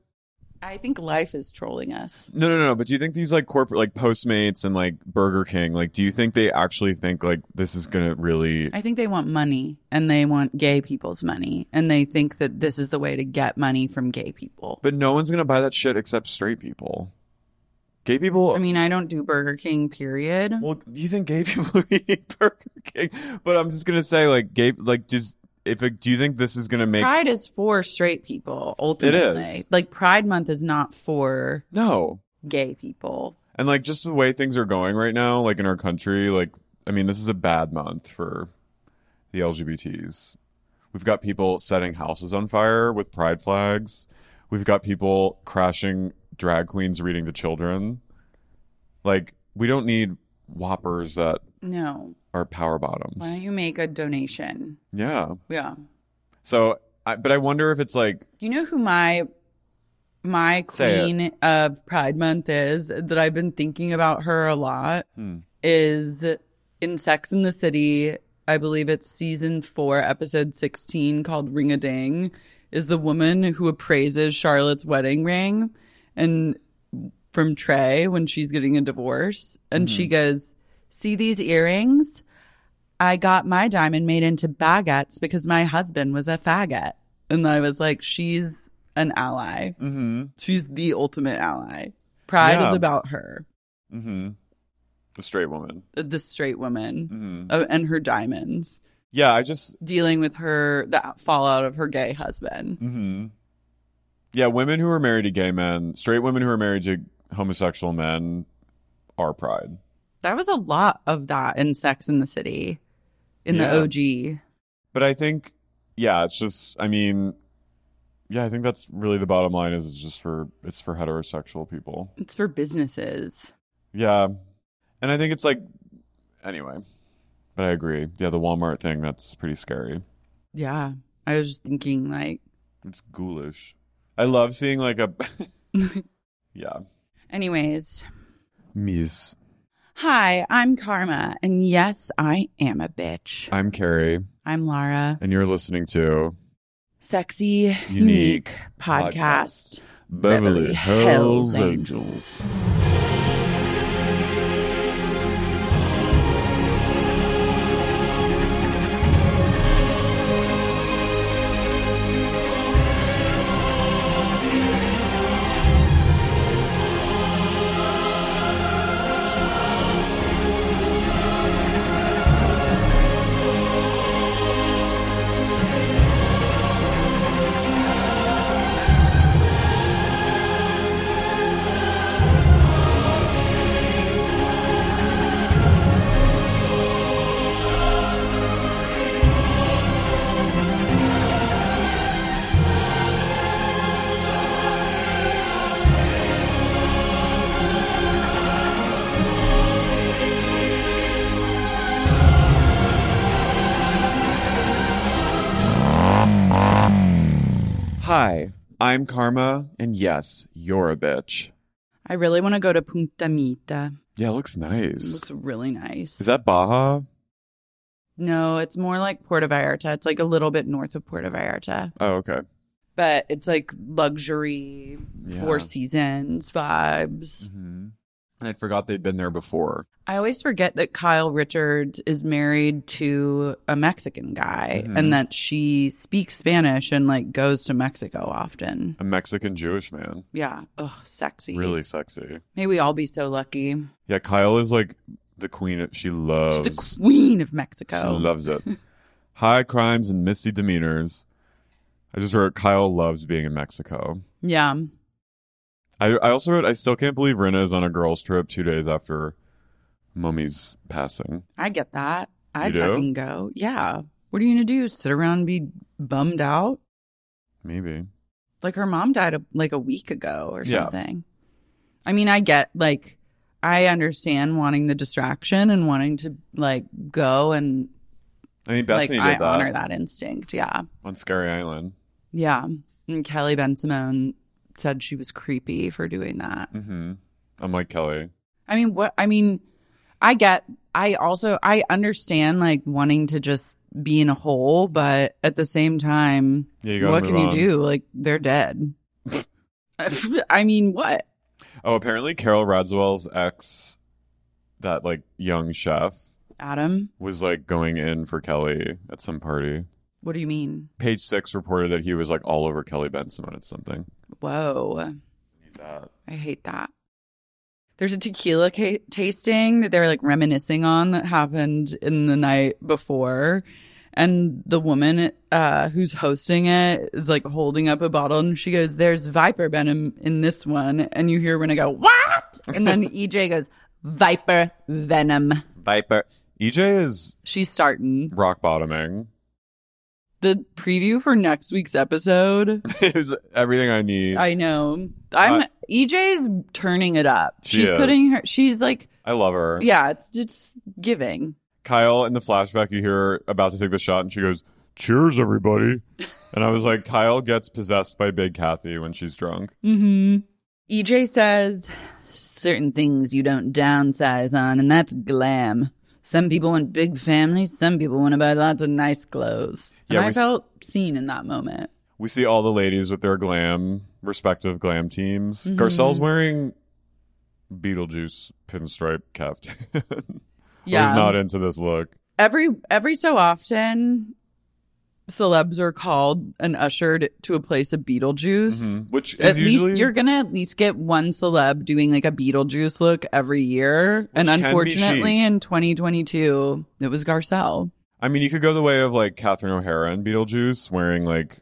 Speaker 6: I think life is trolling us.
Speaker 5: No, no, no. But do you think these like corporate like Postmates and like Burger King like do you think they actually think like this is gonna really?
Speaker 6: I think they want money and they want gay people's money and they think that this is the way to get money from gay people.
Speaker 5: But no one's gonna buy that shit except straight people. Gay people.
Speaker 6: I mean, I don't do Burger King, period.
Speaker 5: Well, do you think gay people are eating Burger King? But I'm just gonna say, like, gay, like, just if it, do you think this is gonna make
Speaker 6: Pride is for straight people, ultimately.
Speaker 5: is.
Speaker 6: Like, Pride Month is not for
Speaker 5: no?
Speaker 6: gay people.
Speaker 5: And like, just the way things are going right now, like in our country, like, I mean, this is a bad month for the LGBTs. We've got people setting houses on fire with pride flags. We've got people crashing drag queens reading to children. Like, we don't need whoppers that
Speaker 6: No.
Speaker 5: are power bottoms.
Speaker 6: Why don't you make a donation?
Speaker 5: Yeah.
Speaker 6: Yeah.
Speaker 5: So, I, but I wonder if it's like
Speaker 6: Do you know who my my
Speaker 5: Say it.
Speaker 6: queen of Pride Month is that I've been thinking about her a lot
Speaker 5: Hmm.
Speaker 6: is in Sex in the City. I believe it's season four, episode sixteen, called Ring a Ding, is the woman who appraises Charlotte's wedding ring and from Trey when she's getting a divorce. And she
Speaker 5: Mm-hmm.
Speaker 6: goes, See these earrings? I got my diamond made into baguettes because my husband was a faggot. And I was like, She's an ally.
Speaker 5: Mm-hmm.
Speaker 6: She's the ultimate ally. Pride
Speaker 5: Mm. Yeah.
Speaker 6: is about her,
Speaker 5: Mm-hmm. The straight woman.
Speaker 6: the straight woman,
Speaker 5: Mm-hmm.
Speaker 6: uh, and her diamonds.
Speaker 5: Yeah, I just
Speaker 6: dealing with her the fallout of her gay husband.
Speaker 5: hmm Yeah, women who are married to gay men, straight women who are married to homosexual men, are pride.
Speaker 6: There was a lot of that in Sex in the City, in
Speaker 5: Yeah.
Speaker 6: the OG.
Speaker 5: But I think, yeah, it's just. I mean, yeah, I think that's really the bottom line. Is it's just for it's for heterosexual people.
Speaker 6: It's for businesses.
Speaker 5: Yeah, and I think it's like anyway. But I agree. Yeah, the Walmart thing that's pretty scary.
Speaker 6: Yeah. I was just thinking, like,
Speaker 5: It's ghoulish. I love seeing like a. yeah.
Speaker 6: anyways,
Speaker 5: Mies.
Speaker 6: hi, I'm Karma. And yes, I am a bitch.
Speaker 5: I'm Carrie,
Speaker 6: I'm Lara.
Speaker 5: and you're listening to
Speaker 6: Sexy, unique,
Speaker 5: Unique
Speaker 6: podcast.
Speaker 5: Beverly,
Speaker 6: Beverly
Speaker 5: Hells
Speaker 6: Hells
Speaker 5: Angels. Hi, I'm Karma, and yes, you're a bitch.
Speaker 6: I really want to go to Punta Mita.
Speaker 5: Yeah, it looks
Speaker 6: It
Speaker 5: nice.
Speaker 6: looks really nice.
Speaker 5: Is that Baja?
Speaker 6: no, it's more like Puerto Vallarta. It's like a little bit north of Puerto Vallarta,
Speaker 5: Oh, okay.
Speaker 6: but it's like luxury,
Speaker 5: Yeah.
Speaker 6: Four Seasons vibes.
Speaker 5: And I forgot they'd been there before.
Speaker 6: I always forget that Kyle Richards is married to a Mexican guy and that she speaks Spanish and like goes to Mexico often.
Speaker 5: A Mexican Jewish man.
Speaker 6: Yeah. Oh, sexy.
Speaker 5: Really sexy.
Speaker 6: May we all be so lucky.
Speaker 5: Yeah, Kyle is like the queen. Of, she loves.
Speaker 6: She's the queen of
Speaker 5: She
Speaker 6: Mexico.
Speaker 5: loves it. High crimes and misdemeanors. I just wrote Kyle loves being in Mexico.
Speaker 6: yeah.
Speaker 5: I, I also wrote I still can't believe Rena is on a girls trip two days after Mummy's passing.
Speaker 6: I get that. I'd
Speaker 5: do?
Speaker 6: fucking go. Yeah. What are you going to do? Sit around and be bummed out?
Speaker 5: Maybe.
Speaker 6: Like her mom died a, like a week ago or
Speaker 5: Yeah.
Speaker 6: something. I mean, I get like, I understand wanting the distraction and wanting to like go and
Speaker 5: I mean Bethany
Speaker 6: like I
Speaker 5: did that,
Speaker 6: honor that instinct. Yeah.
Speaker 5: on Scary Island.
Speaker 6: Yeah. And Kelly Ben Simone said she was creepy for doing that.
Speaker 5: Mm-hmm. I'm like Kelly.
Speaker 6: I mean, what I mean, I get I also I understand like wanting to just be in a hole, but at the same time,
Speaker 5: Yeah, you gotta
Speaker 6: what
Speaker 5: move
Speaker 6: can
Speaker 5: on.
Speaker 6: you do? Like they're dead. I mean, what?
Speaker 5: Oh, apparently Carol Radswell's ex, that like young chef,
Speaker 6: Adam,
Speaker 5: was like going in for Kelly at some party.
Speaker 6: what do you mean?
Speaker 5: Page six reported that he was like all over Kelly Benson at something.
Speaker 6: Whoa.
Speaker 5: that.
Speaker 6: I hate that. There's a tequila ca- tasting that they're like reminiscing on that happened in the night before. And the woman uh, who's hosting it is like holding up a bottle and she goes, There's viper venom in this one. And you hear Rena go, What? And then EJ goes, Viper venom.
Speaker 5: Viper. EJ E is
Speaker 6: She's starting.
Speaker 5: rock bottoming.
Speaker 6: The preview for next week's episode.
Speaker 5: it was everything I need. I,
Speaker 6: I know. I'm
Speaker 5: Uh,
Speaker 6: EJ's turning it up.
Speaker 5: She
Speaker 6: she's
Speaker 5: is.
Speaker 6: putting her, she's like,
Speaker 5: love her.
Speaker 6: Yeah, it's it's giving.
Speaker 5: Kyle in the flashback, you hear her about to take the shot, and she goes, "Cheers, everybody!" and I was like, Kyle gets possessed by Big Kathy when she's drunk.
Speaker 6: Mm-hmm. EJ says certain things you don't downsize on, and that's glam. Some people want big families. Some people want to buy lots of nice clothes. And
Speaker 5: Yeah, we
Speaker 6: I
Speaker 5: s-
Speaker 6: felt seen in that moment.
Speaker 5: We see all the ladies with their glam, respective glam teams.
Speaker 6: Mm-hmm.
Speaker 5: Garcelle's wearing Beetlejuice pinstripe caftan. I was not into this look.
Speaker 6: every every so often, celebs are called and ushered to a place of Beetlejuice.
Speaker 5: Mhm. Which
Speaker 6: At
Speaker 5: is usually
Speaker 6: least you're gonna at least get one celeb doing like a Beetlejuice look every year, and
Speaker 5: can be
Speaker 6: unfortunately
Speaker 5: she.
Speaker 6: in 2022 it was Garcelle.
Speaker 5: I mean, you could go the way of like Catherine O'Hara in Beetlejuice, wearing like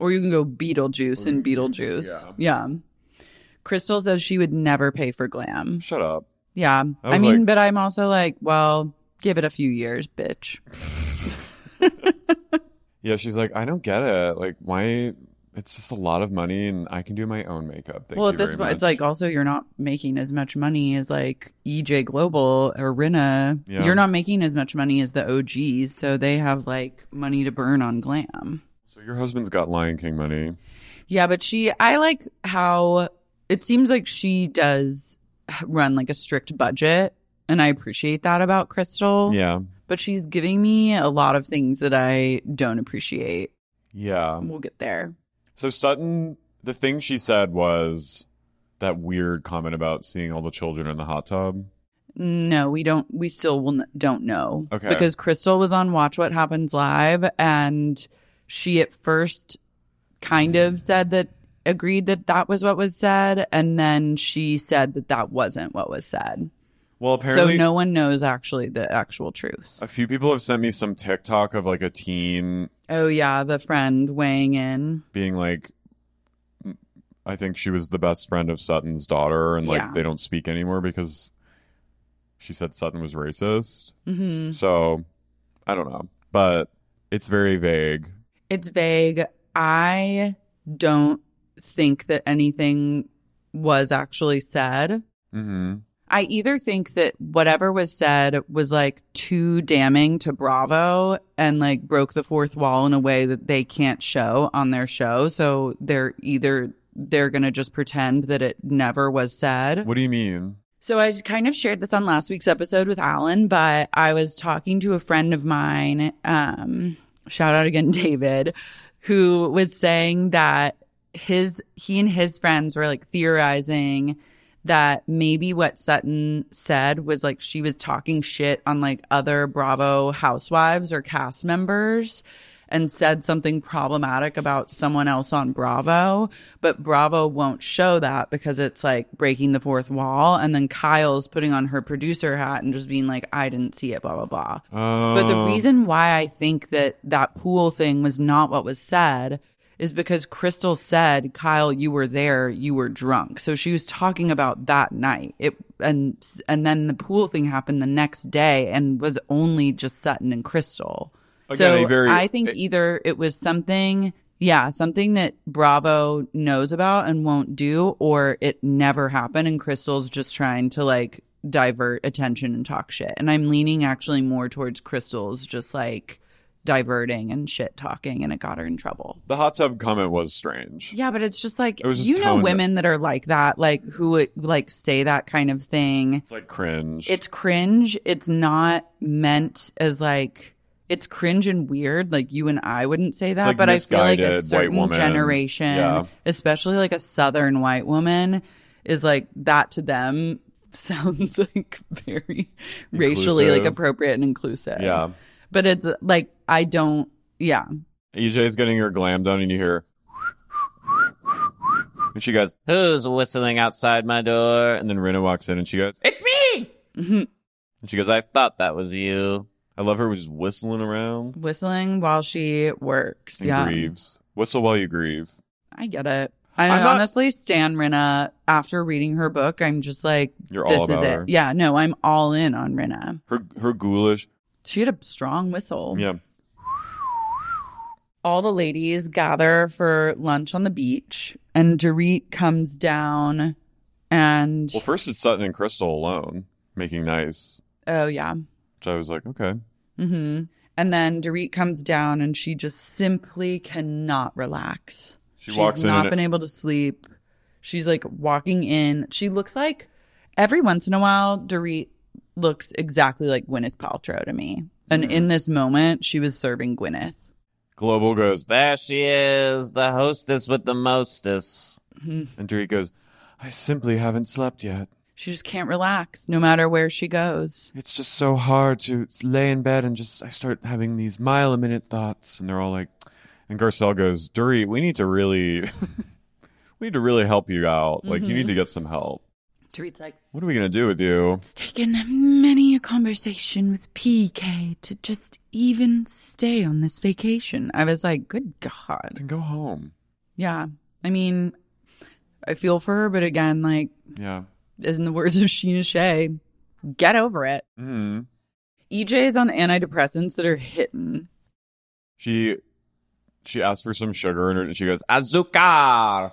Speaker 6: Or you can go Beetlejuice and Beetlejuice. Yeah. Crystal says she would never pay for glam.
Speaker 5: shut up.
Speaker 6: Yeah.
Speaker 5: I
Speaker 6: I,
Speaker 5: was
Speaker 6: mean,
Speaker 5: like-
Speaker 6: but I'm also like, well, give it a few years, bitch.
Speaker 5: Yeah, she's like, I don't get it. Like, why? It's just a lot of money, and I can do my own makeup. Thank
Speaker 6: well,
Speaker 5: you
Speaker 6: at this
Speaker 5: very
Speaker 6: point, it's
Speaker 5: much.
Speaker 6: like also you're not making as much money as like EJ Global or Rinna.
Speaker 5: Yeah.
Speaker 6: You're not making as much money as the OGs, so they have like money to burn on glam.
Speaker 5: so your husband's got Lion King money.
Speaker 6: Yeah, but she, I like how it seems like she does run like a strict budget, and I appreciate that about Crystal.
Speaker 5: Yeah,
Speaker 6: But she's giving me a lot of things that I don't appreciate.
Speaker 5: yeah.
Speaker 6: We'll get there.
Speaker 5: So Sutton, the thing she said was that weird comment about seeing all the children in the hot tub.
Speaker 6: No, we don't. We still will n- don't know.
Speaker 5: Okay.
Speaker 6: Because Crystal was on Watch What Happens Live, and she at first kind of said that agreed that that was what was said, and then she said that that wasn't what was said.
Speaker 5: Well, apparently,
Speaker 6: so no one knows actually the actual truth.
Speaker 5: a few people have sent me some TikTok of like a teen
Speaker 6: Oh yeah, the friend weighing in.
Speaker 5: being like "Mm, I think she was the best friend of Sutton's daughter and like
Speaker 6: Yeah.
Speaker 5: they don't speak anymore because she said Sutton was racist.
Speaker 6: hmm
Speaker 5: So I don't know, but it's very vague.
Speaker 6: It's vague. I don't think that anything was actually said.
Speaker 5: Mm-hmm.
Speaker 6: I either think that whatever was said was like too damning to Bravo and like broke the fourth wall in a way that they can't show on their show. So they're either they're going to just pretend that it never was said.
Speaker 5: What do you mean?
Speaker 6: So I kind of shared this on last week's episode with Alan, but I was talking to a friend of mine, um, shout out again, David, who was saying that his he and his friends were like theorizing that maybe what Sutton said was like she was talking shit on like other Bravo housewives or cast members and said something problematic about someone else on Bravo, but Bravo won't show that because it's like breaking the fourth wall. And then Kyle's putting on her producer hat and just being like, I didn't see it, blah, blah, blah.
Speaker 5: Oh,
Speaker 6: But the reason why I think that that pool thing was not what was said is because Crystal said, "Kyle, you were there, you were drunk." So she was talking about that night. It and and then the pool thing happened the next day and was only just Sutton and Crystal.
Speaker 5: Again,
Speaker 6: so
Speaker 5: a very- eh,
Speaker 6: I think either it was something yeah, something that Bravo knows about and won't do or it never happened and Crystal's just trying to like divert attention and talk shit. And I'm leaning actually more towards Crystal's just like diverting and shit talking and it got her in trouble.
Speaker 5: the hot tub comment was strange.
Speaker 6: Yeah, but it's just like
Speaker 5: It was just
Speaker 6: you know
Speaker 5: tone that-
Speaker 6: women that are like that, like who would like say that kind of thing.
Speaker 5: It's like cringe.
Speaker 6: It's cringe. It's not meant as like it's cringe and weird. Like you and I wouldn't say that,
Speaker 5: like
Speaker 6: but I feel like
Speaker 5: misguided
Speaker 6: a
Speaker 5: white
Speaker 6: certain
Speaker 5: woman.
Speaker 6: generation,
Speaker 5: Yeah.
Speaker 6: especially like a southern white woman, is like that to them sounds like very racially like
Speaker 5: Inclusive.
Speaker 6: appropriate and inclusive.
Speaker 5: yeah.
Speaker 6: But it's like I don't yeah.
Speaker 5: EJ's E getting her glam done and you hear and she goes, Who's whistling outside my door? Mm-hmm. And then Rena walks in and she goes, It's me
Speaker 6: Mhm.
Speaker 5: And she goes, I thought that was you. I love her was whistling around
Speaker 6: Whistling while she works.
Speaker 5: and
Speaker 6: yeah.
Speaker 5: grieves. Whistle while you grieve.
Speaker 6: I get it. I
Speaker 5: I'm not-
Speaker 6: honestly Stan Rinna after reading her book, I'm just like
Speaker 5: You're
Speaker 6: this
Speaker 5: all
Speaker 6: is
Speaker 5: about
Speaker 6: it.
Speaker 5: her.
Speaker 6: Yeah, no, I'm all in on Rinna.
Speaker 5: Her her ghoulish
Speaker 6: She had a strong whistle.
Speaker 5: Yeah.
Speaker 6: All the ladies gather for lunch on the beach and Dorit comes down and
Speaker 5: Well first it's Sutton and Crystal alone making nice.
Speaker 6: oh yeah.
Speaker 5: Which I was like, Okay.
Speaker 6: Mhm. And then Dorit comes down and she just simply cannot relax.
Speaker 5: She
Speaker 6: She's
Speaker 5: walks in
Speaker 6: not
Speaker 5: and-
Speaker 6: been able to sleep. She's like walking in. She looks like every once in a while, Dorit looks exactly like Gwyneth Paltrow to me. And
Speaker 5: Mm-hmm.
Speaker 6: in this moment, she was serving Gwyneth.
Speaker 5: Global goes, There she is, the hostess with the mostess. and Dree goes, I simply haven't slept yet.
Speaker 6: She just can't relax no matter where she goes.
Speaker 5: It's just so hard to lay in bed and just I start having these mile a minute thoughts, and they're all like, and Garcelle goes, Dory, we need to really, we need to really help you out. Like you need to get some help.
Speaker 6: Dorit's like,
Speaker 5: What are we gonna do with you?
Speaker 6: It's taken many a conversation with PK to just even stay on this vacation. I was like, good God.
Speaker 5: Then go home.
Speaker 6: Yeah. I mean, I feel for her, but again, like,
Speaker 5: Yeah.
Speaker 6: as in the words of Sheena Shea, get over it.
Speaker 5: hmm
Speaker 6: EJ is on antidepressants that are hitting.
Speaker 5: She she asked for some sugar in her, and she goes azúcar.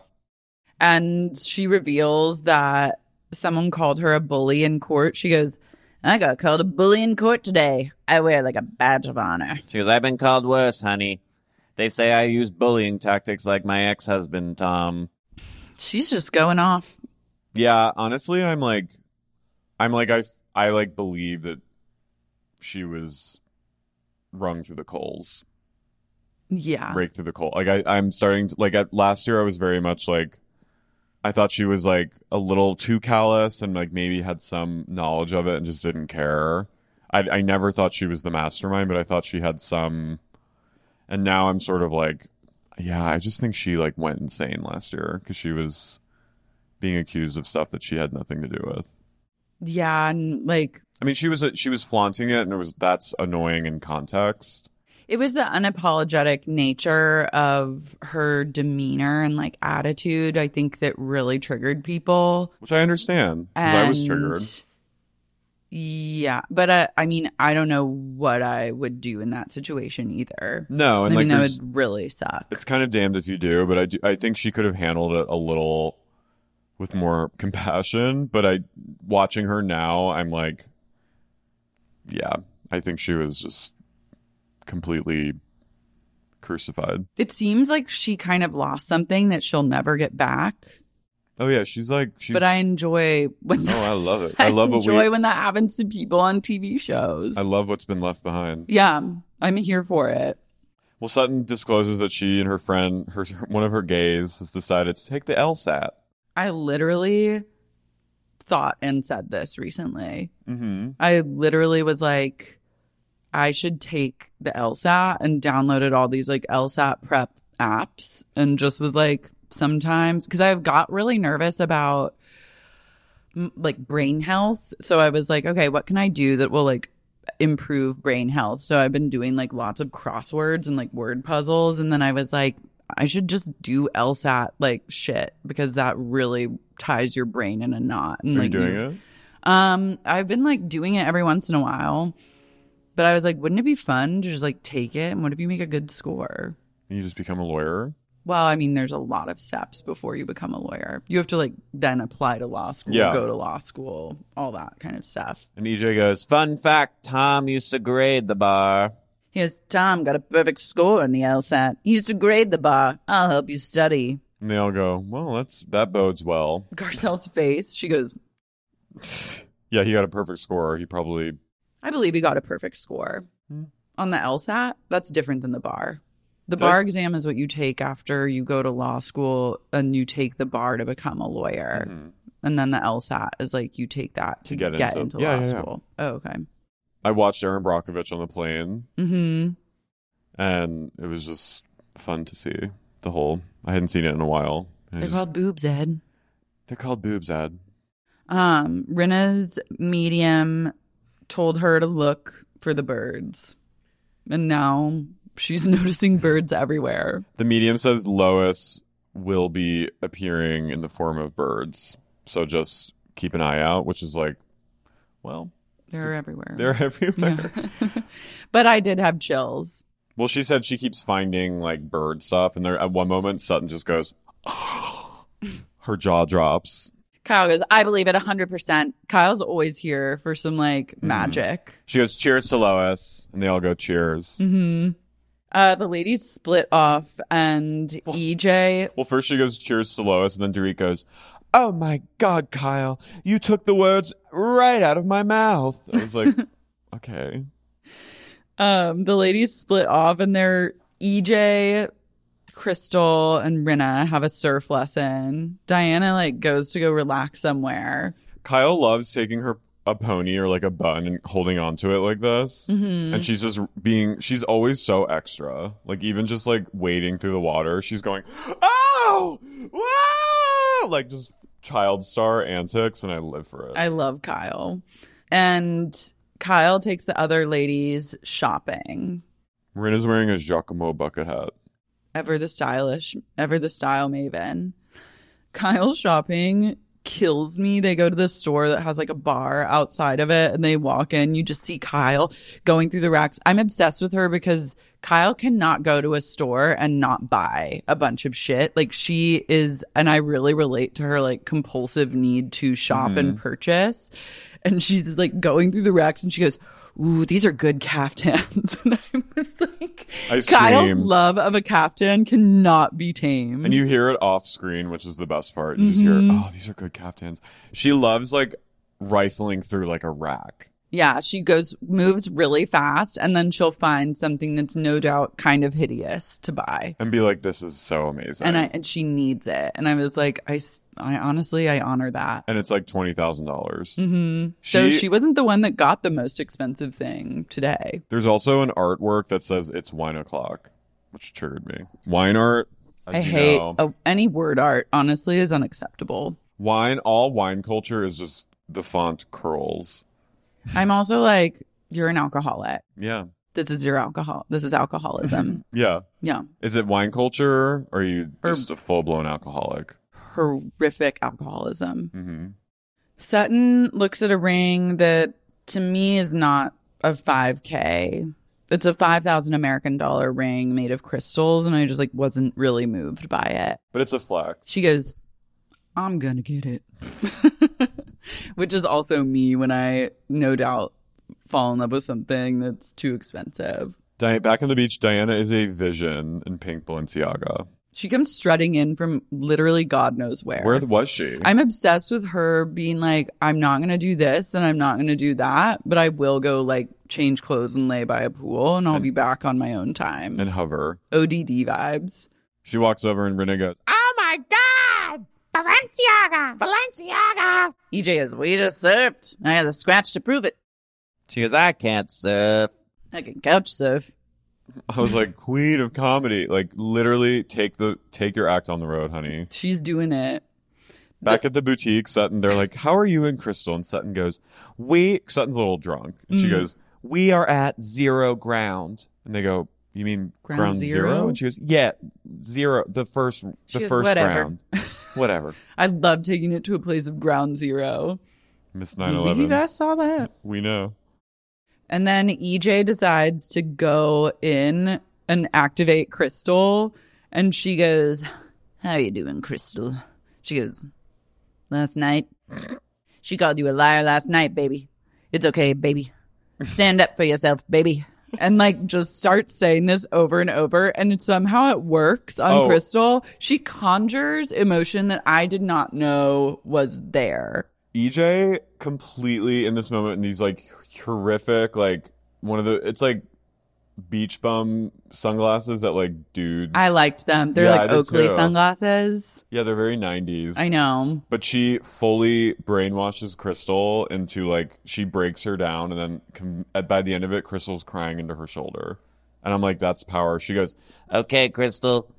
Speaker 6: And she reveals that someone called her a bully in court. She goes, I got called a bully in court today. I wear like a badge of honor.
Speaker 7: She goes, I've been called worse, honey. They say I use bullying tactics like my ex husband, Tom.
Speaker 6: She's just going off.
Speaker 5: Yeah, honestly, I'm like, I'm like, I I like believe that she was rung through the coals,
Speaker 6: Yeah.
Speaker 5: break through the coal. Like I I'm starting to like at last year I was very much like. I thought she was like a little too callous and like maybe had some knowledge of it and just didn't care. I, I never thought she was the mastermind, but I thought she had some. And now I'm sort of like, yeah, I just think she like went insane last year because she was being accused of stuff that she had nothing to do with.
Speaker 6: Yeah. And like,
Speaker 5: I mean, she was she was flaunting it, and it was that's annoying in context.
Speaker 6: It was the unapologetic nature of her demeanor and like attitude, I think, that really triggered people.
Speaker 5: Which I understand because
Speaker 6: And
Speaker 5: I was triggered.
Speaker 6: Yeah. But uh, I mean, I don't know what I would do in that situation either.
Speaker 5: No, and
Speaker 6: I
Speaker 5: like
Speaker 6: mean, that
Speaker 5: there's,
Speaker 6: would really suck.
Speaker 5: it's kind of damned if you do, but I do, I think she could have handled it a little with more compassion. But I watching her now, I'm like, yeah, I think she was just completely crucified.
Speaker 6: It seems like she kind of lost something that she'll never get back.
Speaker 5: Oh yeah, she's like she's.
Speaker 6: but I enjoy when
Speaker 5: oh, I love it. I love what
Speaker 6: enjoy
Speaker 5: we.
Speaker 6: when that happens to people on TV shows.
Speaker 5: I love what's been left behind.
Speaker 6: yeah, I'm here for it.
Speaker 5: Well, Sutton discloses that she and her friend, her one of her gays, has decided to take the LSAT.
Speaker 6: I literally thought and said this recently.
Speaker 5: Mm-hmm.
Speaker 6: I literally was like, I should take the LSAT and downloaded all these like LSAT prep apps and just was like, sometimes because I've got really nervous about m- like brain health. So I was like, okay, what can I do that will like improve brain health? So I've been doing like lots of crosswords and like word puzzles. And then I was like, I should just do LSAT like shit because that really ties your brain in a knot. And
Speaker 5: Are you
Speaker 6: like
Speaker 5: doing it?
Speaker 6: um, I've been like doing it every once in a while, but I was like, wouldn't it be fun to just like take it? And what if you make a good score?
Speaker 5: And you just become a lawyer?
Speaker 6: Well, I mean, there's a lot of steps before you become a lawyer. You have to like then apply to law school,
Speaker 5: Yeah.
Speaker 6: go to law school, all that kind of stuff.
Speaker 7: And EJ goes, Fun fact, Tom used to grade the bar.
Speaker 6: He goes, Tom got a perfect score in the LSAT. He used to grade the bar. I'll help you study.
Speaker 5: And they all go, well, that's that bodes well.
Speaker 6: Garcelle's face, she goes,
Speaker 5: Yeah, he got a perfect score. He probably
Speaker 6: I believe he got a perfect score
Speaker 5: Hmm.
Speaker 6: on the LSAT. That's different than the bar. The
Speaker 5: Did I-
Speaker 6: bar exam is what you take after you go to law school and you take the bar to become a lawyer.
Speaker 5: Mm-hmm.
Speaker 6: And then the LSAT is like you take that to, get, into,
Speaker 5: yeah,
Speaker 6: law
Speaker 5: yeah, yeah.
Speaker 6: school. Oh, okay.
Speaker 5: I watched Aaron Brockovich on the plane
Speaker 6: hmm
Speaker 5: and it was just fun to see the whole I hadn't seen it in a while. And I
Speaker 6: They're
Speaker 5: just-
Speaker 6: called boobs, Ed.
Speaker 5: they're called boobs, Ad.
Speaker 6: Um, Rena's medium told her to look for the birds. And now she's noticing birds everywhere.
Speaker 5: The medium says Lois will be appearing in the form of birds. So just keep an eye out, which is like well,
Speaker 6: They're everywhere.
Speaker 5: they're everywhere.
Speaker 6: but I did have chills.
Speaker 5: Well, she said she keeps finding like bird stuff, and there at one moment Sutton just goes, her jaw drops.
Speaker 6: Kyle goes, I believe it 100%. Kyle's always here for some like magic.
Speaker 5: She goes, "Cheers to Lois," and they all go, "Cheers."
Speaker 6: Uh, the ladies split off and E EJ,
Speaker 5: Well, first she goes, "Cheers to Lois," and then Dorit goes, "Oh my God, Kyle, you took the words right out of my mouth." I was like, "Okay."
Speaker 6: um, the ladies split off and they're EJ, Crystal, and Rinna have a surf lesson. Diana like goes to go relax somewhere.
Speaker 5: Kyle loves taking her a pony or like a bun and holding onto it like this.
Speaker 6: Mm-hmm.
Speaker 5: And she's just being, she's always so extra. Like even just like wading through the water, she's going, oh, wow, like just child star antics, and I live for it.
Speaker 6: I love Kyle. And Kyle takes the other ladies shopping.
Speaker 5: Marina's wearing a Giacomo bucket hat.
Speaker 6: Ever the stylish, ever the style maven. Kyle shopping kills me. They go to this store that has like a bar outside of it and they walk in. You just see Kyle going through the racks. I'm obsessed with her because Kyle cannot go to a store and not buy a bunch of shit. Like she is, and I really relate to her like compulsive need to shop and
Speaker 5: Mm-hmm.
Speaker 6: purchase. And she's like going through the racks and she goes, Ooh, these are good caftans. and I was like,
Speaker 5: I
Speaker 6: Kyle's
Speaker 5: screamed.
Speaker 6: love of a caftan cannot be tamed.
Speaker 5: And you hear it off screen, which is the best part. You just hear,
Speaker 6: Mm-hmm.
Speaker 5: oh, these are good caftans. She loves like rifling through like a rack.
Speaker 6: Yeah, she goes moves really fast and then she'll find something that's no doubt kind of hideous to buy.
Speaker 5: And be like, this is so amazing.
Speaker 6: And I and she needs it. And I was like I s- I honestly I honor that.
Speaker 5: and it's like twenty thousand dollars.
Speaker 6: Mhm. so she wasn't the one that got the most expensive thing today.
Speaker 5: There's also an artwork that says it's wine o'clock, which triggered me. Wine art. as
Speaker 6: I
Speaker 5: you
Speaker 6: hate
Speaker 5: know,
Speaker 6: oh, any word art honestly is unacceptable.
Speaker 5: wine. All wine culture is just the font curls.
Speaker 6: I'm also like you're an alcoholic.
Speaker 5: Yeah,
Speaker 6: This is your alcohol. This is alcoholism.
Speaker 5: yeah.
Speaker 6: yeah.
Speaker 5: Is it wine culture, or are you
Speaker 6: Or-
Speaker 5: just a full blown alcoholic?
Speaker 6: Horrific alcoholism.
Speaker 5: Mm-hmm.
Speaker 6: Sutton looks at a ring that to me is not a 5K. It's a 5,000 American dollar ring made of crystals. And I just like wasn't really moved by it.
Speaker 5: But it's a flex.
Speaker 6: She goes, I'm going to get it. Which is also me when I no doubt fall in love with something that's too expensive.
Speaker 5: Di- back on the beach, Diana is a vision in pink Balenciaga.
Speaker 6: She comes strutting in from literally God knows where.
Speaker 5: Where was she?
Speaker 6: I'm obsessed with her being like, I'm not going to do this and I'm not going to do that, but I will go like change clothes and lay by a pool and I'll be back on my own time.
Speaker 5: and hover.
Speaker 6: ODD vibes.
Speaker 5: She walks over and Renee goes, "Ah!"
Speaker 6: EJ E is, we just surfed. I had a scratch to prove it.
Speaker 7: She goes, I can't surf.
Speaker 6: I can couch surf.
Speaker 5: I was like, Queen of comedy. Like literally take the take your act on the road, honey.
Speaker 6: She's doing it.
Speaker 5: Back at the boutique, Sutton, they're like, How are you and Crystal? And Sutton goes, We Sutton's a little drunk. And
Speaker 6: Mm.
Speaker 5: she goes, We are at zero ground. And they go, You mean
Speaker 6: Ground
Speaker 5: ground,
Speaker 6: zero?
Speaker 5: And she goes, Yeah, zero the first the
Speaker 6: She goes,
Speaker 5: first
Speaker 6: "Whatever."
Speaker 5: ground. Whatever.
Speaker 6: I love taking it to a place of ground zero.
Speaker 5: Miss nine
Speaker 6: You
Speaker 5: eleven.
Speaker 6: guys saw that.
Speaker 5: We know.
Speaker 6: And then EJ decides to go in and activate Crystal. And she goes, How you doing, Crystal? She goes, Last night. She called you a liar last night, baby. It's okay, baby. Stand up for yourself, baby. And like just starts saying this over and over. And somehow it works on
Speaker 5: Oh.
Speaker 6: Crystal. She conjures emotion that I did not know was there.
Speaker 5: EJ E completely in this moment in these like horrific like one of the it's like beach bum sunglasses that like dudes
Speaker 6: I liked them. They're
Speaker 5: Yeah, I
Speaker 6: like
Speaker 5: did
Speaker 6: Oakley
Speaker 5: too.
Speaker 6: sunglasses.
Speaker 5: yeah they're very 90s
Speaker 6: I know.
Speaker 5: but she fully brainwashes Crystal into like she breaks her down and then com- at, by the end of it Crystal's crying into her shoulder and I'm like that's power she goes
Speaker 7: Okay, Crystal,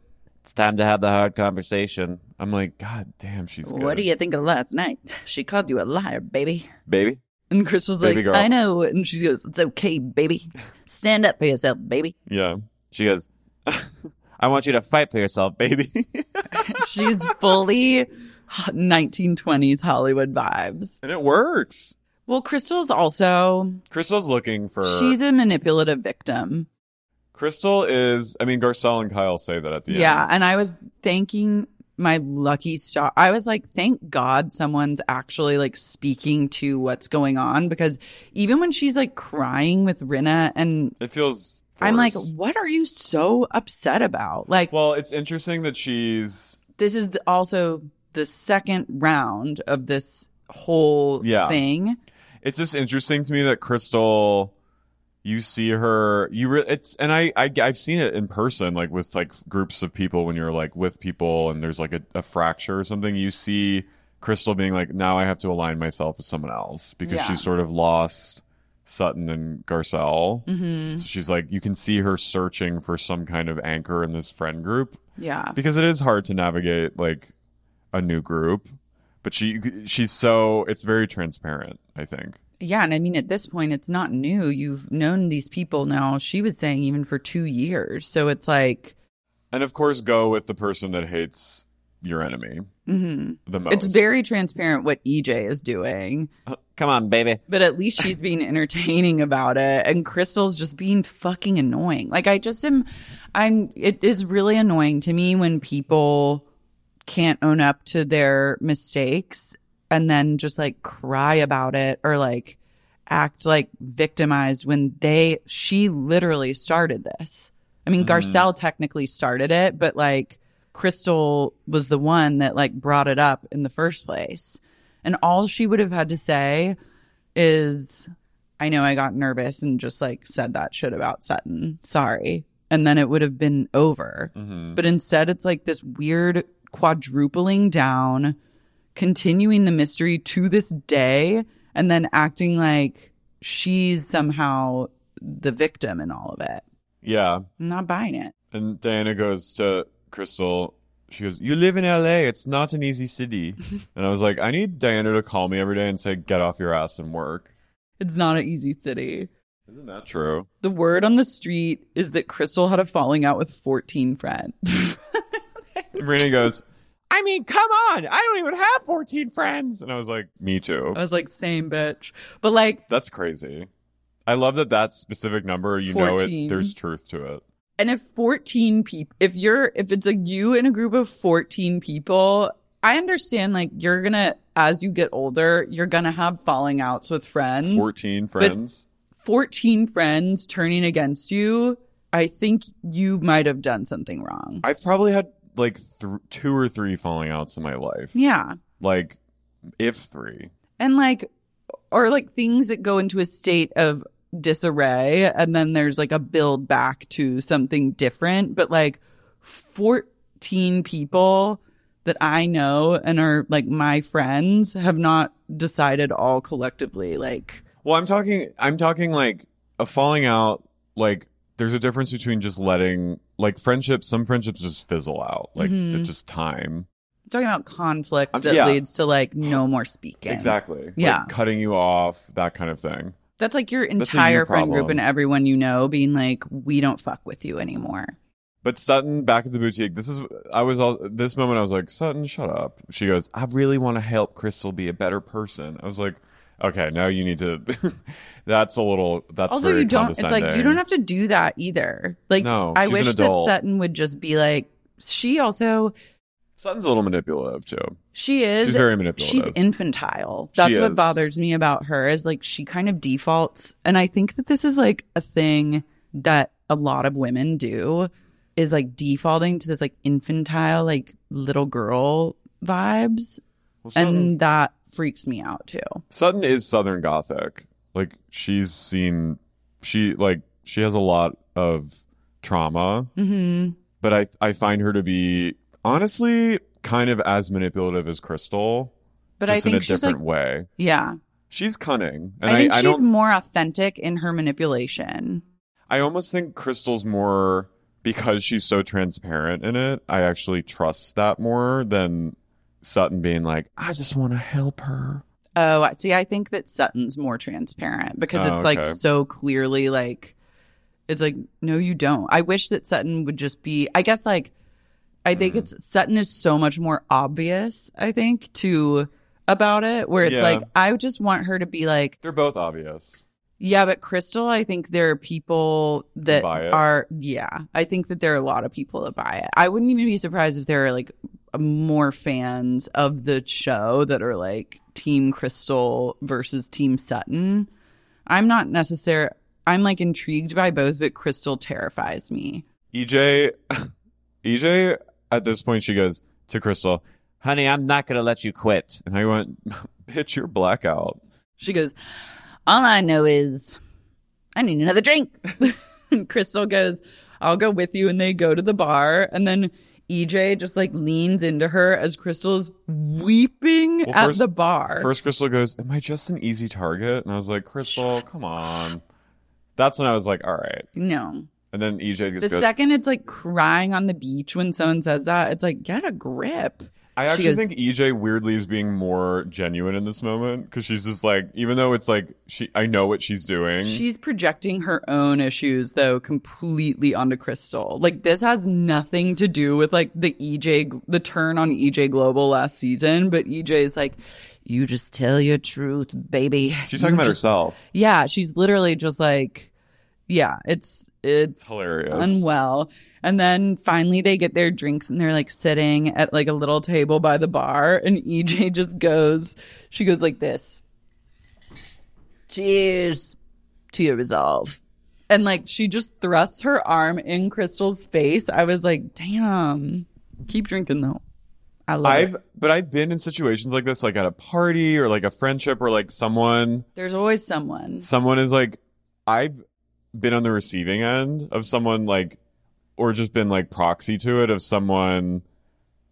Speaker 7: it's time to have the hard conversation.
Speaker 5: I'm like god damn she's good.
Speaker 6: What do you think of last night? She called you a liar, baby.
Speaker 5: baby
Speaker 6: And Crystal's
Speaker 5: Baby
Speaker 6: like,
Speaker 5: girl.
Speaker 6: I know. And she goes, It's okay, baby. Stand up for yourself, baby.
Speaker 5: yeah
Speaker 7: She goes, I want you to fight for yourself, baby.
Speaker 6: She's fully 1920s Hollywood vibes.
Speaker 5: and it works
Speaker 6: Well, Crystal's also,
Speaker 5: Crystal's looking for
Speaker 6: she's a manipulative victim.
Speaker 5: Crystal is I mean Garcelle and Kyle say that at the
Speaker 6: Yeah.
Speaker 5: end
Speaker 6: And I was thanking my lucky star. I was like, thank God someone's actually like speaking to what's going on because even when she's like crying with Rinna and
Speaker 5: It feels.
Speaker 6: I'm like,
Speaker 5: forced.
Speaker 6: what are you so upset about? Like,
Speaker 5: well, it's interesting that she's
Speaker 6: this is the, also the second round of this whole
Speaker 5: Yeah.
Speaker 6: thing.
Speaker 5: it's just interesting to me that Crystal, you see her, you re- it's, and I, I, I've seen it in person, like with like groups of people when you're like with people and there's like a, a fracture or something, you see Crystal being like, now I have to align myself with someone else because
Speaker 6: Yeah.
Speaker 5: she's sort of lost Sutton and Garcelle.
Speaker 6: Mm-hmm.
Speaker 5: So she's like, you can see her searching for some kind of anchor in this friend group
Speaker 6: Yeah.
Speaker 5: because it is hard to navigate like a new group. but she she's so it's very transparent. I think.
Speaker 6: Yeah, and I mean at this point it's not new. You've known these people now. She was saying even for 2 years. So it's like
Speaker 5: And of course, go with the person that hates your enemy
Speaker 6: mhm.
Speaker 5: the most.
Speaker 6: It's very transparent what EJ is doing,
Speaker 7: Uh, Come on, baby.
Speaker 6: but at least she's being entertaining about it and Crystal's just being fucking annoying. Like I just am I'm it is really annoying to me when people can't own up to their mistakes and then just like cry about it or like act like victimized when they she literally started this. I mean Garcelle technically started it, but like Crystal was the one that like brought it up in the first place. And all she would have had to say is I know I got nervous and just like said that shit about Sutton. Sorry. And then it would have been over. But instead, it's like this weird quadrupling down, continuing the mystery to this day, and then acting like she's somehow the victim in all of it.
Speaker 5: yeah.
Speaker 6: I'm not buying it.
Speaker 5: And Diana goes to Crystal. She goes, "You live in L.A. It's not an easy city." and I was like, "I need Diana to call me every day and say, get off your ass and work."
Speaker 6: It's not an easy city.
Speaker 5: Isn't that true?
Speaker 6: The word on the street is that Crystal had a falling out with 14 friends.
Speaker 5: Rena goes, I mean, come on. I don't even have 14 friends. And I was like, me too.
Speaker 6: I was like, same bitch. But like,
Speaker 5: That's crazy. I love that that specific number, you know
Speaker 6: 14.
Speaker 5: it, there's truth to it.
Speaker 6: and if 14 people if you're if it's a you in a group of 14 people i understand like you're gonna as you get older you're gonna have falling outs with friends
Speaker 5: 14 friends.
Speaker 6: 14 friends turning against you i think you might have done something wrong
Speaker 5: I've probably had like th- two or three falling outs in my life.
Speaker 6: yeah
Speaker 5: Like, if three.
Speaker 6: and like or like things that go into a state of disarray and then there's like a build back to something different but like 14 people that i know and are like my friends have not decided all collectively like
Speaker 5: Well, I'm talking, I'm talking like a falling out, like, there's a difference between just letting, like, friendships, some friendships just fizzle out. Like,
Speaker 6: Mm-hmm.
Speaker 5: it's just time.
Speaker 6: talking about conflict
Speaker 5: Um,
Speaker 6: that
Speaker 5: yeah.
Speaker 6: leads to like no more speaking
Speaker 5: Exactly. Like,
Speaker 6: Yeah.
Speaker 5: cutting you off, that kind of thing.
Speaker 6: that's like your
Speaker 5: That's a you
Speaker 6: entire friend group
Speaker 5: problem.
Speaker 6: and everyone you know being like we don't fuck with you anymore
Speaker 5: But Sutton back at the boutique. This is I was all this moment. I was like, Sutton, shut up. She goes, I really want to help Crystal be a better person. I was like, okay, now you need to. that's a little. That's
Speaker 6: also
Speaker 5: very
Speaker 6: you don't it's like you
Speaker 5: condescending.
Speaker 6: don't have to do that either like
Speaker 5: No,
Speaker 6: i
Speaker 5: she's an
Speaker 6: wish that
Speaker 5: adult.
Speaker 6: sutton would just be like she also
Speaker 5: Sutton's a little manipulative too.
Speaker 6: she is
Speaker 5: She's very manipulative.
Speaker 6: she's infantile that's
Speaker 5: She
Speaker 6: what
Speaker 5: is.
Speaker 6: bothers me about her is like she kind of defaults and i think that this is like a thing that a lot of women do is like defaulting to this like infantile like little girl vibes
Speaker 5: Well, Sutton,
Speaker 6: and that freaks me out too
Speaker 5: Sutton is Southern Gothic. Like she's seen, she like she has a lot of trauma.
Speaker 6: mm-hmm.
Speaker 5: but I I find her to be honestly kind of as manipulative as Crystal,
Speaker 6: but
Speaker 5: just
Speaker 6: i think
Speaker 5: in a
Speaker 6: she's
Speaker 5: different
Speaker 6: like
Speaker 5: way.
Speaker 6: yeah
Speaker 5: She's cunning, and
Speaker 6: i think
Speaker 5: I,
Speaker 6: she's
Speaker 5: don't.
Speaker 6: more authentic in her manipulation
Speaker 5: I almost think Crystal's more because she's so transparent in it. I actually trust that more than Sutton being like, I just want to help her.
Speaker 6: Oh, I- see, I think that Sutton's more transparent because
Speaker 5: Oh,
Speaker 6: it's like
Speaker 5: okay.
Speaker 6: so clearly like it's like no, you don't. I wish that Sutton would just be. I guess like I think
Speaker 5: Mm.
Speaker 6: it's Sutton is so much more obvious. I think to about it where it's
Speaker 5: Yeah.
Speaker 6: like I just want her to be like
Speaker 5: They're both obvious.
Speaker 6: yeah, but Crystal, I think there are people that
Speaker 5: Buy it.
Speaker 6: are yeah. I think that there are a lot of people that buy it. I wouldn't even be surprised if there are like more fans of the show that are like Team Crystal versus Team Sutton. I'm not necessary. I'm like intrigued by both, but Crystal terrifies me.
Speaker 5: E EJ, EJ, E at this point, she goes to Crystal,
Speaker 7: Honey, I'm not going to let you quit.
Speaker 5: and I went, "Bitch, you're blackout."
Speaker 6: She goes, All I know is I need another drink. and Crystal goes, I'll go with you. And they go to the bar. And then EJ just like leans into her as Crystal's weeping
Speaker 5: Well,
Speaker 6: at
Speaker 5: first-
Speaker 6: the bar.
Speaker 5: First, Crystal goes, "Am I just an easy target?" And I was like, "Crystal, come on." That's when I was like, "All right."
Speaker 6: no.
Speaker 5: And then EJ just
Speaker 6: The
Speaker 5: goes,
Speaker 6: second it's like crying on the beach when someone says that, it's like, get a grip.
Speaker 5: I
Speaker 6: She
Speaker 5: actually
Speaker 6: goes-
Speaker 5: think EJ weirdly is being more genuine in this moment because she's just like, even though it's like she, I know what she's doing.
Speaker 6: She's projecting her own issues though completely onto Crystal. Like this has nothing to do with like the EJ gl- the turn on EJ Global last season, but EJ is like you just tell your truth, baby.
Speaker 5: she's
Speaker 6: You
Speaker 5: talking about
Speaker 6: just-
Speaker 5: herself.
Speaker 6: Yeah, she's literally just like yeah, it's it's
Speaker 5: It's hilarious.
Speaker 6: unwell. And then finally they get their drinks and they're like sitting at like a little table by the bar and EJ just goes she goes like this. Cheers to your resolve. And like she just thrusts her arm in Crystal's face. I was like, damn. Keep drinking though. I love
Speaker 5: I've,
Speaker 6: it.
Speaker 5: but I've been in situations like this, like at a party or like a friendship or like someone,
Speaker 6: There's always someone.
Speaker 5: someone is like, I've been on the receiving end of someone like, or just been like proxy to it of someone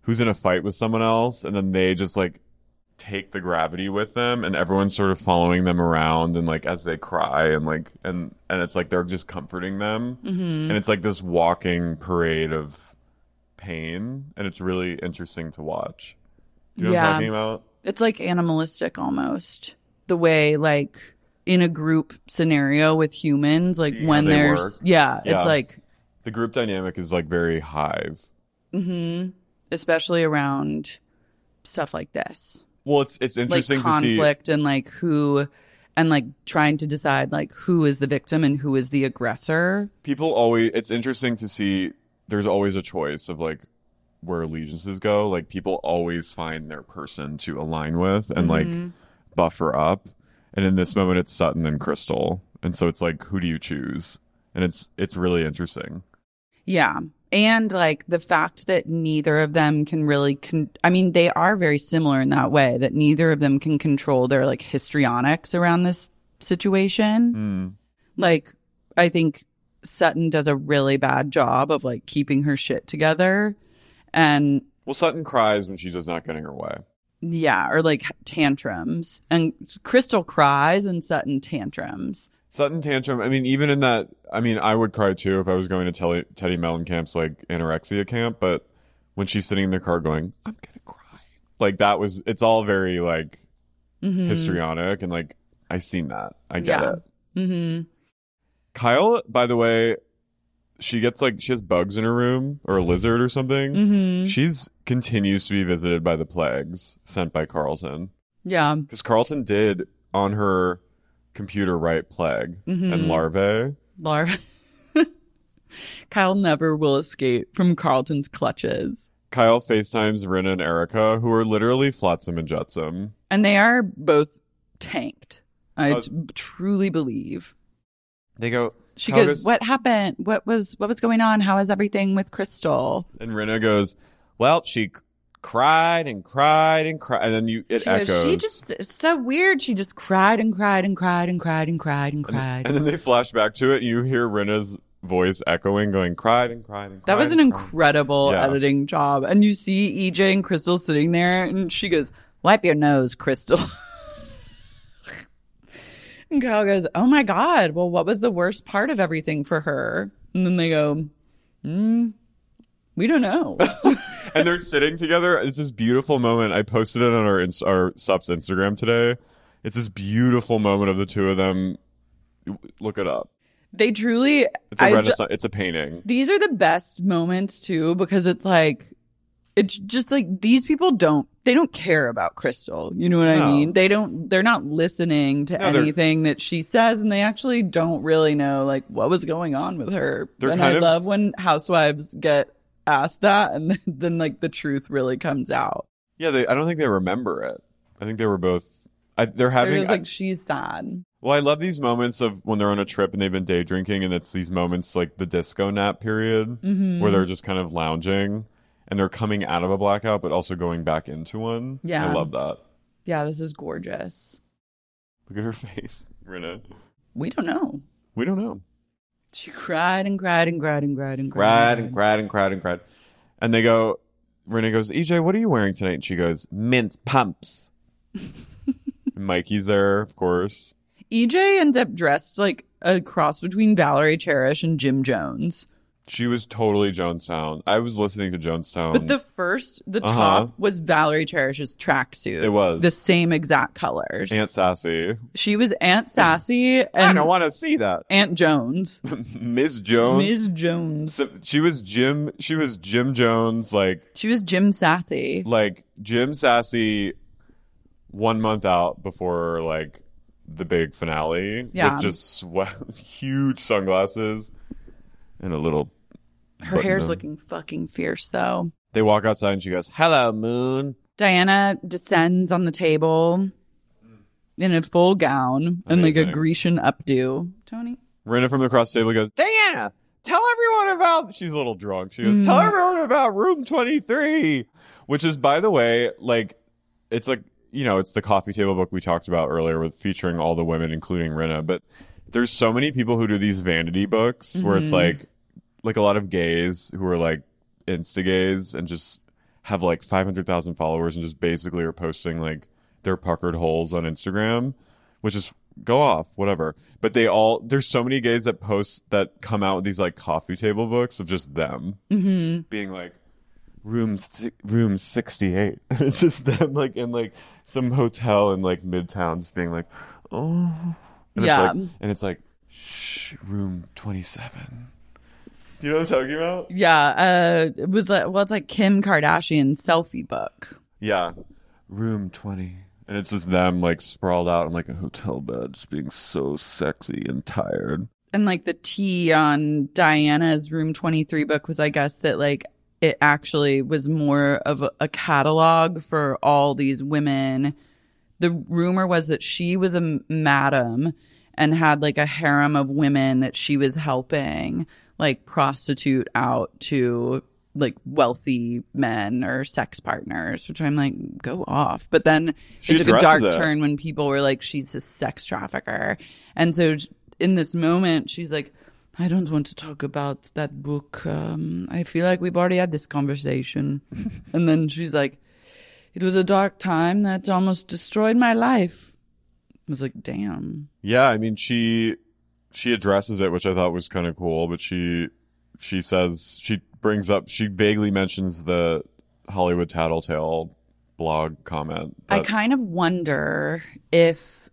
Speaker 5: who's in a fight with someone else and then they just like take the gravity with them and everyone's sort of following them around and like as they cry and like and and it's like they're just comforting them
Speaker 6: Mm-hmm.
Speaker 5: and it's like this walking parade of pain and it's really interesting to watch do you know what
Speaker 6: Yeah.
Speaker 5: i'm talking about
Speaker 6: It's like animalistic almost. The way like in a group scenario with humans, like
Speaker 5: See how
Speaker 6: when
Speaker 5: they
Speaker 6: there's
Speaker 5: work.
Speaker 6: yeah,
Speaker 5: Yeah.
Speaker 6: it's like
Speaker 5: the group dynamic is like very hive
Speaker 6: mhm, especially around stuff like this.
Speaker 5: well it's it's
Speaker 6: Like
Speaker 5: interesting to see
Speaker 6: conflict and like who and like trying to decide like who is the victim and who is the aggressor.
Speaker 5: people always it's interesting to see there's always a choice of like where allegiances go like people always find their person to align with and like buffer up and in this moment it's sutton and crystal and so it's like who do you choose and it's it's really interesting
Speaker 6: Yeah. And like the fact that neither of them can really, con- I mean, they are very similar in that way that neither of them can control their like histrionics around this situation. Like, I think Sutton does a really bad job of like keeping her shit together. And
Speaker 5: well sutton cries when she's just not getting her way
Speaker 6: yeah, or like tantrums. And Crystal cries and Sutton tantrums.
Speaker 5: sutton tantrum i mean even in that i mean i would cry too if i was going to Telly, teddy mellencamp's like anorexia camp but when she's sitting in the car going i'm gonna cry like that was it's all very like
Speaker 6: Mm-hmm.
Speaker 5: histrionic and like I seen that. I get
Speaker 6: Yeah.
Speaker 5: it.
Speaker 6: Mm-hmm.
Speaker 5: Kyle, by the way, she gets like she has bugs in her room or a lizard or something.
Speaker 6: Mm-hmm.
Speaker 5: She's continues to be visited by the plagues sent by Carlton
Speaker 6: Yeah.
Speaker 5: because Carlton did on her computer write plague and
Speaker 6: Mm-hmm.
Speaker 5: larvae.
Speaker 6: larva. Kyle never will escape from Carlton's clutches.
Speaker 5: Kyle FaceTimes Rin and Erica, who are literally flotsam and jetsam.
Speaker 6: And they are both tanked. I
Speaker 5: Uh,
Speaker 6: t- truly believe.
Speaker 5: They go.
Speaker 6: She
Speaker 5: "How
Speaker 6: goes,
Speaker 5: does-"
Speaker 6: "What happened? What was what was going on? How is everything with Crystal?"
Speaker 5: And Rinna goes, "Well, she c- cried and cried and cried, and then you it
Speaker 6: she,
Speaker 5: echoes.
Speaker 6: goes, she just it's so weird. She just cried and cried and cried and cried and cried and cried.
Speaker 5: And then they flash back to it, and you hear Rena's voice echoing, going, cried and cried and cried.
Speaker 6: that was an
Speaker 5: and cried."
Speaker 6: incredible
Speaker 5: Yeah.
Speaker 6: editing job. And you see EJ and Crystal sitting there, and she goes, "Wipe your nose, Crystal." and Kyle goes, "Oh my god! Well, what was the worst part of everything for her?" And then they go, mm, "We don't know."
Speaker 5: And they're sitting together. It's this beautiful moment. I posted it on our, ins- our subs Instagram today. It's this beautiful moment of the two of them. Look it up.
Speaker 6: they truly.
Speaker 5: It's a
Speaker 6: I ju-
Speaker 5: renaissance. it's a painting.
Speaker 6: these are the best moments too because it's like it's just like these people don't they don't care about crystal you know what i
Speaker 5: No.
Speaker 6: mean they don't they're not listening to
Speaker 5: No, they're-
Speaker 6: anything that she says and they actually don't really know like what was going on with her
Speaker 5: They're
Speaker 6: and
Speaker 5: kind
Speaker 6: i
Speaker 5: of-
Speaker 6: love when housewives get asked that and then, then like the truth really comes out
Speaker 5: Yeah, they, I don't think they remember it. I think they were both. I, they're
Speaker 6: they're
Speaker 5: having.
Speaker 6: just
Speaker 5: I-
Speaker 6: like she's sad
Speaker 5: well, I love these moments of when they're on a trip and they've been day drinking, and it's these moments like the disco nap period
Speaker 6: Mm-hmm.
Speaker 5: where they're just kind of lounging and they're coming out of a blackout, but also going back into one.
Speaker 6: Yeah.
Speaker 5: I love that.
Speaker 6: yeah this is gorgeous
Speaker 5: Look at her face, Rena.
Speaker 6: we don't know
Speaker 5: We don't know.
Speaker 6: she cried and cried and cried and cried and cried
Speaker 7: Cried and cried and cried and cried.
Speaker 5: And they go, Rena goes, EJ, what are you wearing tonight? And she goes,
Speaker 7: Mint pumps.
Speaker 5: and Mikey's there, of course.
Speaker 6: E EJ ends up dressed like a cross between Valerie Cherish and Jim Jones.
Speaker 5: She was totally Jonestown. I was listening to Jonestown.
Speaker 6: But the first, the
Speaker 5: Um, Uh-huh.
Speaker 6: top was Valerie Cherish's tracksuit.
Speaker 5: It was.
Speaker 6: the same exact colors.
Speaker 5: Aunt Sassy.
Speaker 6: she was Aunt Sassy
Speaker 5: I
Speaker 6: and
Speaker 5: don't want to see that.
Speaker 6: Aunt Jones,
Speaker 5: Ms. Jones.
Speaker 6: Ms. Jones.
Speaker 5: So- she was Jim. She was Jim Jones, like
Speaker 6: She was Jim Sassy.
Speaker 5: like Jim Sassy, one month out before like the big finale.
Speaker 6: Yeah.
Speaker 5: with just sweat, huge sunglasses, and a little.
Speaker 6: Her hair's
Speaker 5: no.
Speaker 6: looking fucking fierce though.
Speaker 5: They walk outside, and she goes,
Speaker 7: Hello, Moon.
Speaker 6: Diana descends on the table in a full gown and like a
Speaker 5: Amazing.
Speaker 6: Grecian updo. Tony?
Speaker 5: Rena from the cross table goes, Diana, tell everyone about. She's a little drunk. She goes, tell everyone about room 23, which is, by the way, like, it's like, you know, it's the coffee table book we talked about earlier with featuring all the women, including Rena. But there's so many people who do these vanity books where it's like, like a lot of gays who are like insta gays and just have like 500,000 followers and just basically are posting like their puckered holes on Instagram, which is go off, whatever. But they all, there's so many gays that post that come out with these like coffee table books of just them being like, room si- room 68 it's just them like in like some hotel in like midtown just being like oh and
Speaker 6: Yeah.
Speaker 5: it's like and it's like shh room 27 do you know what i'm talking about
Speaker 6: Yeah. Uh it was like well it's like Kim Kardashian's selfie book.
Speaker 5: Yeah. Room 20. And it's just them like sprawled out in like a hotel bed, just being so sexy and tired.
Speaker 6: And like the tea on Diana's room twenty three book was I guess that like it actually was more of a, a catalog for all these women. The rumor was that she was a m- madam and had like a harem of women that she was helping like prostitute out to like wealthy men or sex partners, which I'm like, go off. But then
Speaker 5: She
Speaker 6: it took a dark
Speaker 5: addresses it.
Speaker 6: turn when people were like, she's a sex trafficker. And so j- in this moment, she's like, I don't want to talk about that book. Um, I feel like we've already had this conversation. and then she's like, it was a dark time that almost destroyed my life. I was like, damn.
Speaker 5: Yeah, I mean she she addresses it, which I thought was kind of cool, but she she says she brings up she vaguely mentions the Hollywood Tattletale blog comment.
Speaker 6: I
Speaker 5: that-
Speaker 6: kind of wonder if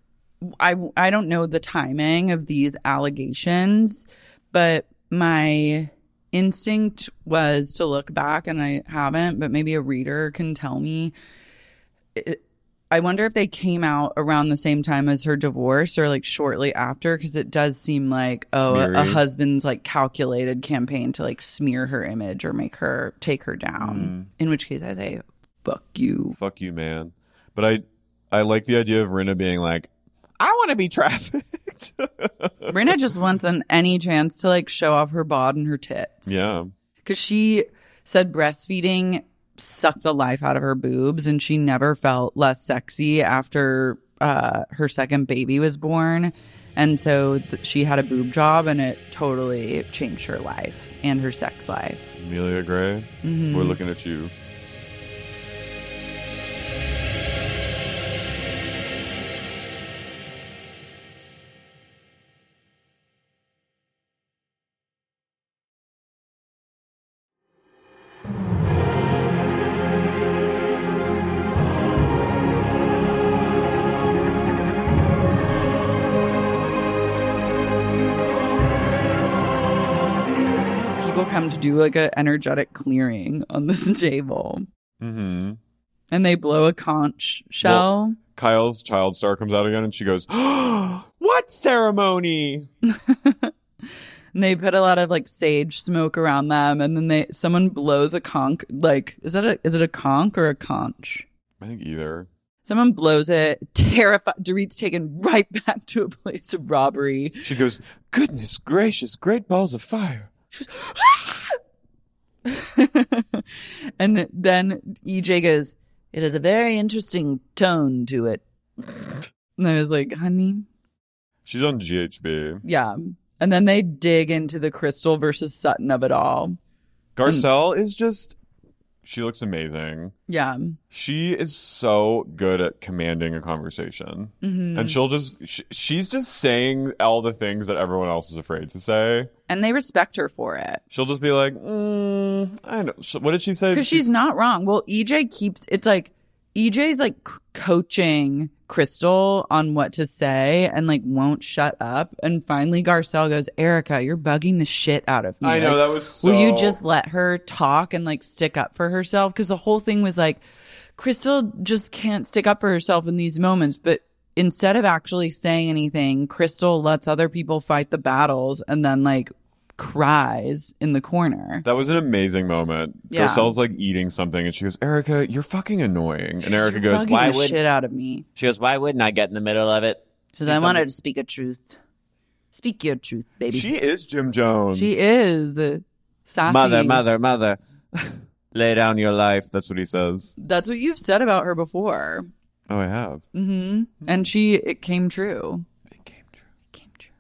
Speaker 6: I I don't know the timing of these allegations, but my instinct was to look back and I haven't, but maybe a reader can tell me. It, I wonder if they came out around the same time as her divorce or like shortly after cuz it does seem like oh a, a
Speaker 5: Smeary.
Speaker 6: husband's like calculated campaign to like smear her image or make her take her down. In which case I say fuck you
Speaker 5: fuck you, man. But I I like the idea of Rena being like, I wanna be trafficked.
Speaker 6: Rena just wants on any chance to like show off her bod and her tits.
Speaker 5: yeah.
Speaker 6: Cause she said breastfeeding sucked the life out of her boobs and she never felt less sexy after uh, her second baby was born. And so th- she had a boob job and it totally changed her life and her sex life.
Speaker 5: Amelia Gray, we're looking at you.
Speaker 6: People come to do like a energetic clearing on this table
Speaker 5: Mm-hmm.
Speaker 6: and they blow a conch shell.
Speaker 5: Kyle's child star comes out again and she goes, What ceremony?
Speaker 6: And they put a lot of like sage smoke around them, and then they someone blows a conch. Like, is that a is it a conch or a conch?
Speaker 5: I think either.
Speaker 6: Someone blows it. Terrified, Dorit's taken right back to a place of robbery.
Speaker 5: She goes, Goodness gracious, great balls of fire.
Speaker 6: and then EJ goes, "It has a very interesting tone to it." and I was like, "Honey,
Speaker 5: She's on GHB.
Speaker 6: yeah." And then they dig into the Crystal versus Sutton of it all.
Speaker 5: Garcelle is just She looks amazing.
Speaker 6: Yeah.
Speaker 5: She is so good at commanding a conversation.
Speaker 6: Mm-hmm.
Speaker 5: And she'll just, sh she's just saying all the things that everyone else is afraid to say.
Speaker 6: And they respect her for it.
Speaker 5: She'll just be like, mm, I know. Sh- What did she say?
Speaker 6: Because she's not wrong. Well, EJ keeps it's like EJ's like c- coaching Crystal on what to say and like won't shut up. And finally, Garcelle goes, "Erica, you're bugging the shit out of me."
Speaker 5: I know,
Speaker 6: Like,
Speaker 5: that was
Speaker 6: Will you
Speaker 5: so-
Speaker 6: just let her talk and like stick up for herself? Because the whole thing was like, Crystal just can't stick up for herself in these moments, but. Instead of actually saying anything, Crystal lets other people fight the battles and then like cries in the corner.
Speaker 5: That was an amazing moment.
Speaker 6: Yeah.
Speaker 5: Garcelle's like eating something and she goes, Erica, you're fucking annoying. And Erica goes,
Speaker 6: bugging
Speaker 5: Why
Speaker 6: the
Speaker 5: would
Speaker 6: shit out of me
Speaker 7: She goes, Why wouldn't I get in the middle of it?
Speaker 6: because I wanted to speak a truth. Speak your truth, baby.
Speaker 5: she is Jim Jones?
Speaker 6: She is sassy.
Speaker 7: Mother, mother, mother. Lay down your life.
Speaker 5: That's what he says.
Speaker 6: That's what you've said about her before,
Speaker 5: Oh, I have.
Speaker 6: hmm and she it came true. It came true. It came true.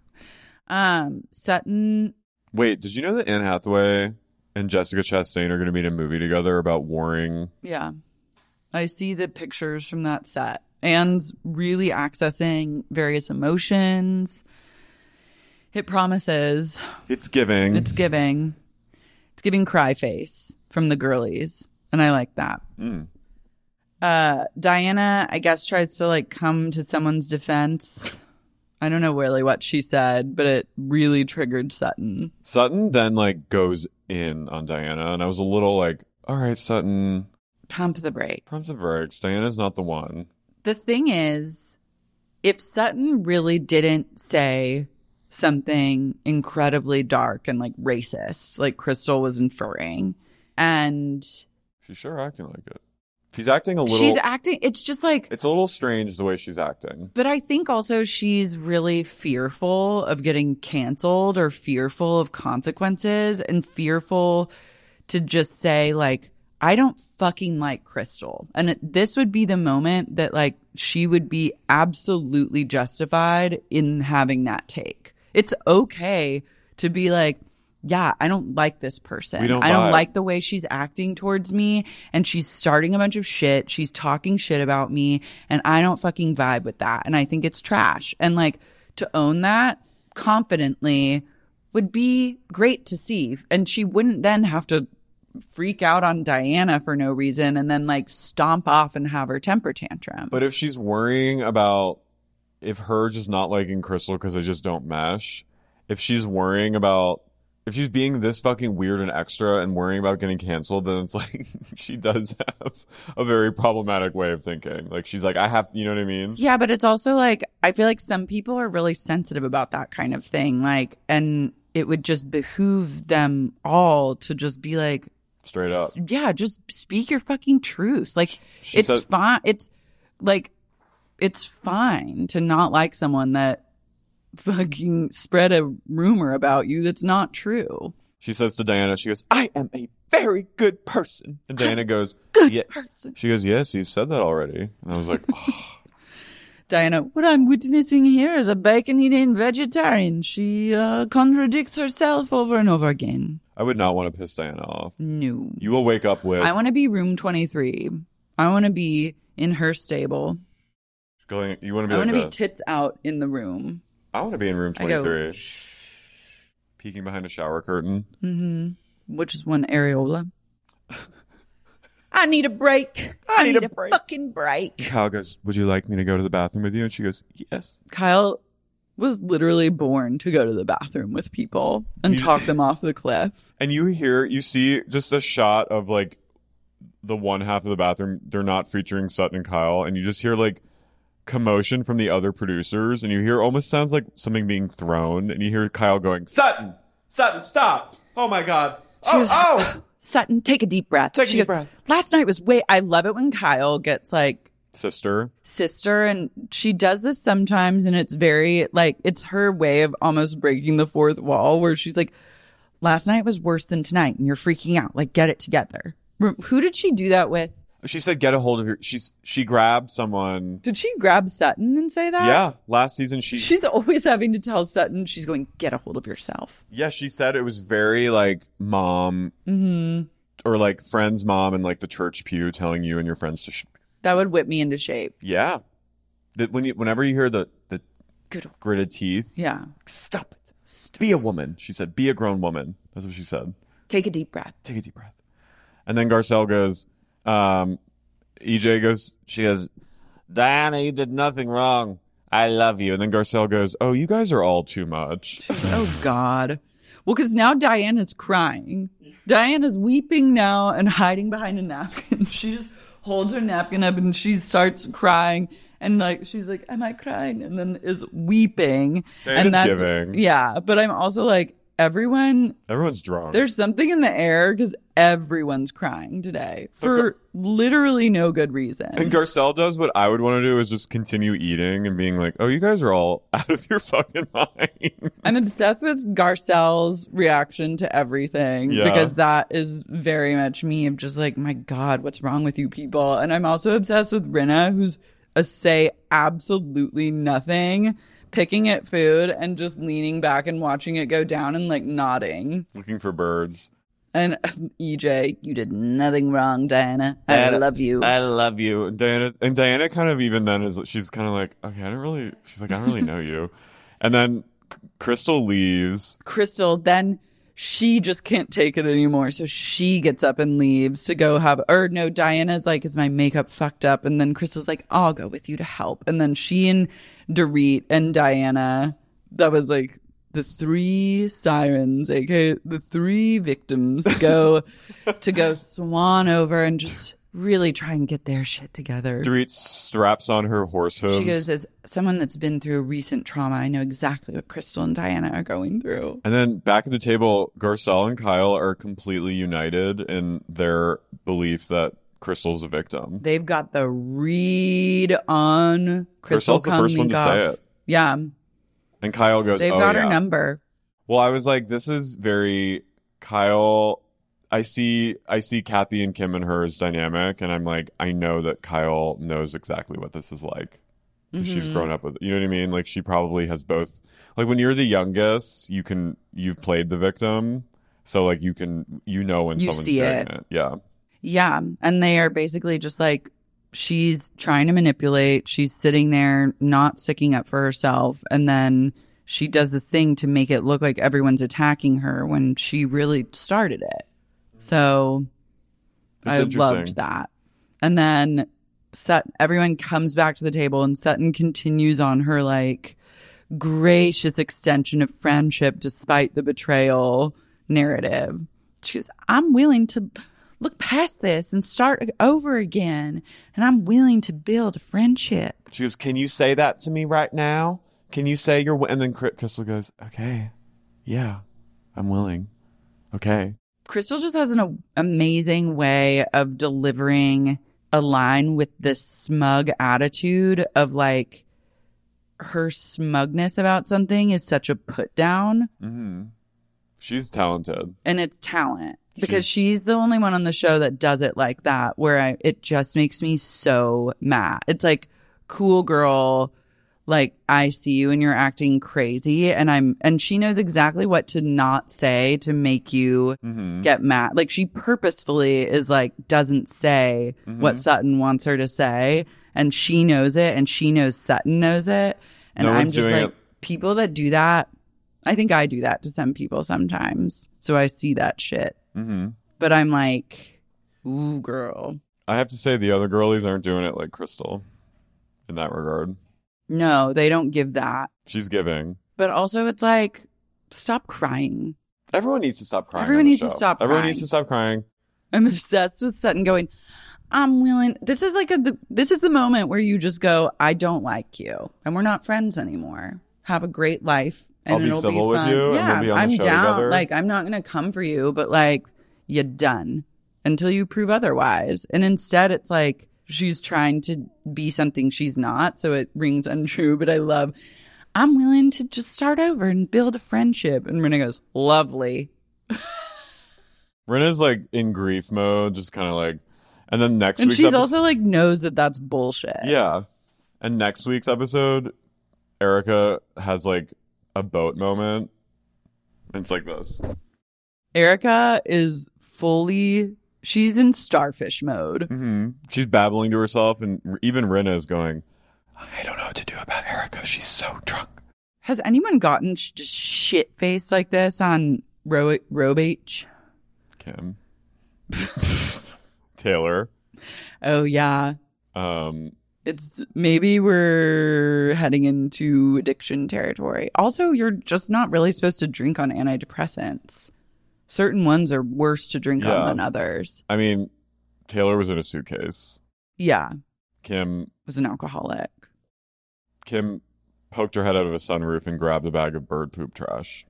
Speaker 6: Um, Sutton.
Speaker 5: Wait, did you know that Anne Hathaway and Jessica Chastain are going to be in a movie together about warring?
Speaker 6: Yeah, I see the pictures from that set. Anne's really accessing various emotions. It promises.
Speaker 5: It's giving.
Speaker 6: It's giving. It's giving cry face from the girlies. And I like that.
Speaker 5: Mm.
Speaker 6: Uh, Diana, I guess, tries to like come to someone's defense. I don't know really what she said, but it really triggered Sutton.
Speaker 5: Sutton then like goes in on Diana, and I was a little like, all right, Sutton,
Speaker 6: Pump the brake.
Speaker 5: pump the brakes. Diana's not the one.
Speaker 6: The thing is, if Sutton really didn't say something incredibly dark and like racist, like Crystal was inferring, and
Speaker 5: She's sure acting like it. She's acting a little.
Speaker 6: she's acting, it's just like
Speaker 5: it's a little strange the way she's acting.
Speaker 6: But I think also she's really fearful of getting canceled or fearful of consequences and fearful to just say, like, I don't fucking like Crystal. And it, this would be the moment that, like, she would be absolutely justified in having that take. It's okay to be like, yeah, I don't like this person.
Speaker 5: We don't
Speaker 6: I don't
Speaker 5: vibe.
Speaker 6: like the way she's acting towards me and she's starting a bunch of shit. She's talking shit about me and I don't fucking vibe with that. And I think it's trash. And like to own that confidently would be great to see. And she wouldn't then have to freak out on Diana for no reason and then like stomp off and have her temper tantrum.
Speaker 5: But if she's worrying about if her just not liking Crystal because they just don't mesh, if she's worrying about if she's being this fucking weird and extra and worrying about getting canceled, then it's like she does have a very problematic way of thinking. Like she's like, I have, you know what I mean?
Speaker 6: Yeah, but it's also like I feel like some people are really sensitive about that kind of thing. Like, and it would just behoove them all to just be like,
Speaker 5: Straight up.
Speaker 6: yeah, just speak your fucking truth. Like,
Speaker 5: she
Speaker 6: it's
Speaker 5: said-
Speaker 6: fine. It's like, it's fine to not like someone that fucking spread a rumor about you that's not true.
Speaker 5: She says to Diana, she goes, I am a very good person. And Diana goes, yeah. She goes, Yes, you've said that already. And I was like,
Speaker 6: Diana, what I'm witnessing here is a bacon eating vegetarian. She uh, contradicts herself over and over again.
Speaker 5: I would not want to piss Diana off.
Speaker 6: No.
Speaker 5: You will wake up with
Speaker 6: I want to be room 23. I want to be in her stable.
Speaker 5: going you want to be
Speaker 6: I
Speaker 5: like
Speaker 6: want to be
Speaker 5: this.
Speaker 6: tits out in the room.
Speaker 5: I want to be in room
Speaker 6: I go,
Speaker 5: 23. Peeking behind a shower curtain.
Speaker 6: hmm Which is one areola. I need a break. I, need, a, fucking break.
Speaker 5: Kyle goes, Would you like me to go to the bathroom with you? And she goes, Yes.
Speaker 6: Kyle was literally born to go to the bathroom with people and
Speaker 5: You-
Speaker 6: talk them off the cliff.
Speaker 5: And you hear, you see just a shot of like the one half of the bathroom. They're not featuring Sutton and Kyle. And you just hear like commotion from the other producers. And you hear almost sounds like something being thrown. And you hear Kyle going, Sutton, Sutton, stop. Oh my God.
Speaker 6: She
Speaker 5: Oh,
Speaker 6: was-
Speaker 5: oh.
Speaker 6: Sutton, take a deep breath.
Speaker 5: Take a
Speaker 6: She
Speaker 5: deep
Speaker 6: goes,
Speaker 5: breath.
Speaker 6: Last night was way. I love it when Kyle gets like
Speaker 5: Sister.
Speaker 6: sister and she does this sometimes and it's very like it's her way of almost breaking the fourth wall where she's like last night was worse than tonight and you're freaking out like get it together Rem- who did she do that with
Speaker 5: She said, Get a hold of your. She's, she grabbed someone.
Speaker 6: did she grab sutton and say that
Speaker 5: Yeah. Last season, she.
Speaker 6: she's always having to tell sutton she's going get a hold of yourself
Speaker 5: Yeah, she said it was very like mom or like friend's mom in like the church pew telling you and your friends to. Sh-
Speaker 6: That would whip me into shape.
Speaker 5: yeah, that when you whenever you hear the the
Speaker 6: Good old-
Speaker 5: gritted teeth,
Speaker 6: Yeah.
Speaker 5: stop it. Be a woman, she said. Be a grown woman. That's what she said.
Speaker 6: Take a deep breath.
Speaker 5: Take a deep breath. And then Garcelle goes. Um, EJ goes.
Speaker 7: She goes, Diana, you did nothing wrong. I love you.
Speaker 5: And then Garcelle goes. Oh, you guys are all too much.
Speaker 6: Oh God. Well, because now Diana's crying. Diana's weeping now and hiding behind a napkin. She just holds her napkin up and she starts crying. And like she's like, "Am I crying?" And then is weeping.
Speaker 5: Diana's
Speaker 6: and that's
Speaker 5: giving.
Speaker 6: yeah. But I'm also like, everyone.
Speaker 5: Everyone's drunk.
Speaker 6: There's something in the air because everyone's crying today for literally no good reason.
Speaker 5: And Garcelle does what I would want to do is just continue eating and being like, "Oh, you guys are all out of your fucking mind."
Speaker 6: I'm obsessed with Garcelle's reaction to everything
Speaker 5: Yeah.
Speaker 6: because that is very much me of just like, my God, what's wrong with you people? And I'm also obsessed with Rinna, who's a say absolutely nothing, picking at food and just leaning back and watching it go down and like nodding.
Speaker 5: Looking for birds.
Speaker 6: And EJ, you did nothing wrong, Diana. I
Speaker 7: Diana,
Speaker 6: love you.
Speaker 7: I love you.
Speaker 5: And Diana and Diana kind of even then is she's kind of like, "Okay, I don't really." She's like, "I don't really know you." And then C- Crystal leaves.
Speaker 6: Crystal, then she just can't take it anymore. So she gets up and leaves to go have, or no, Diana's like, is my makeup fucked up? And then Crystal's like, I'll go with you to help. And then she and Dorit and Diana, that was like the three sirens, aka the three victims, go to go swan over and just really try and get their shit together.
Speaker 5: Dorit straps on her horse hooves.
Speaker 6: She goes, uh, as someone that's been through recent trauma, I know exactly what Crystal and Diana are going through.
Speaker 5: and then back at the table, Garcelle and Kyle are completely united in their belief that Crystal's a victim.
Speaker 6: They've got the read on Crystal
Speaker 5: Garcelle's the first one to
Speaker 6: Kalmnikov.
Speaker 5: say it.
Speaker 6: Yeah,
Speaker 5: And Kyle goes,
Speaker 6: they've
Speaker 5: "Oh
Speaker 6: got her
Speaker 5: yeah."
Speaker 6: number.
Speaker 5: Well, I was like, this is very Kyle. I see, I see Kathy and Kim and hers dynamic, and I'm like, I know that Kyle knows exactly what this is like. 'Cause
Speaker 6: Mm-hmm.
Speaker 5: She's grown up with, you know what I mean? Like she probably has both. Like when you're the youngest, you can you've played the victim, so like you can you know when
Speaker 6: You
Speaker 5: someone's
Speaker 6: see
Speaker 5: doing it.
Speaker 6: it.
Speaker 5: Yeah,
Speaker 6: Yeah, and they are basically just like she's trying to manipulate. She's sitting there not sticking up for herself, and then she does this thing to make it look like everyone's attacking her when she really started it. So
Speaker 5: That's
Speaker 6: I
Speaker 5: interesting.
Speaker 6: loved that. And then Sut- everyone comes back to the table, and Sutton continues on her like gracious extension of friendship despite the betrayal narrative. She goes, I'm willing to look past this and start over again. And I'm willing to build a friendship.
Speaker 5: she goes, "Can you say that to me right now? Can you say your?" And then Cry- Crystal goes, "Okay, yeah, I'm willing. Okay,
Speaker 6: Crystal just has an a- amazing way of delivering a line with this smug attitude of like, her smugness about something is such a put down.
Speaker 5: mm-hmm. she's talented."
Speaker 6: and it's talent because she's the only one on the show that does it like that where I, it just makes me so mad it's like cool girl like i see you and you're acting crazy and i'm and she knows exactly what to not say to make you
Speaker 5: Mm-hmm.
Speaker 6: get mad like she purposefully is like doesn't say
Speaker 5: Mm-hmm.
Speaker 6: what sutton wants her to say and she knows it and she knows sutton knows it and
Speaker 5: No
Speaker 6: i'm
Speaker 5: one's
Speaker 6: just
Speaker 5: doing
Speaker 6: like
Speaker 5: it.
Speaker 6: people that do that I think I do that to some people sometimes. So I see that shit.
Speaker 5: Mm-hmm.
Speaker 6: But I'm like, ooh, girl.
Speaker 5: I have to say the other girlies aren't doing it like Crystal in that regard.
Speaker 6: No, they don't give that.
Speaker 5: She's giving.
Speaker 6: But also, it's like, stop crying.
Speaker 5: Everyone needs to stop crying.
Speaker 6: Everyone
Speaker 5: on the
Speaker 6: needs to
Speaker 5: show.
Speaker 6: stop
Speaker 5: Everyone
Speaker 6: crying.
Speaker 5: needs to stop crying.
Speaker 6: I'm obsessed with Sutton going, I'm willing. This is like a, the, this is the moment where you just go, I don't like you. And we're not friends anymore. Have a great life. And
Speaker 5: I'll be
Speaker 6: it'll
Speaker 5: civil
Speaker 6: be
Speaker 5: with
Speaker 6: fun.
Speaker 5: you, and we'll
Speaker 6: yeah,
Speaker 5: be on the
Speaker 6: I'm
Speaker 5: show
Speaker 6: down.
Speaker 5: together.
Speaker 6: Like, I'm not going to come for you, but like, you're done until you prove otherwise. And instead, it's like she's trying to be something she's not. So it rings untrue, but I love, I'm willing to just start over and build a friendship. And Renee goes, lovely.
Speaker 5: Rena's like in grief mode, just kind of like. And then next
Speaker 6: And
Speaker 5: week's
Speaker 6: she's
Speaker 5: episode,
Speaker 6: also like, knows that that's bullshit.
Speaker 5: yeah. And next week's episode, Erica has like a boat moment. It's like this.
Speaker 6: Erica is fully She's in starfish mode.
Speaker 5: hmm She's babbling to herself, and r- even Rena is going, I don't know what to do about Erica. She's so drunk.
Speaker 6: Has anyone gotten sh- just shit faced like this on Ro- Robach?
Speaker 5: Kim. Taylor.
Speaker 6: Oh, yeah.
Speaker 5: Um,
Speaker 6: It's maybe we're heading into addiction territory. Also, you're just not really supposed to drink on antidepressants. Certain ones are worse to drink
Speaker 5: Yeah.
Speaker 6: on than others.
Speaker 5: I mean, Taylor was in a suitcase.
Speaker 6: Yeah,
Speaker 5: Kim
Speaker 6: was an alcoholic.
Speaker 5: Kim poked her head out of a sunroof and grabbed a bag of bird poop trash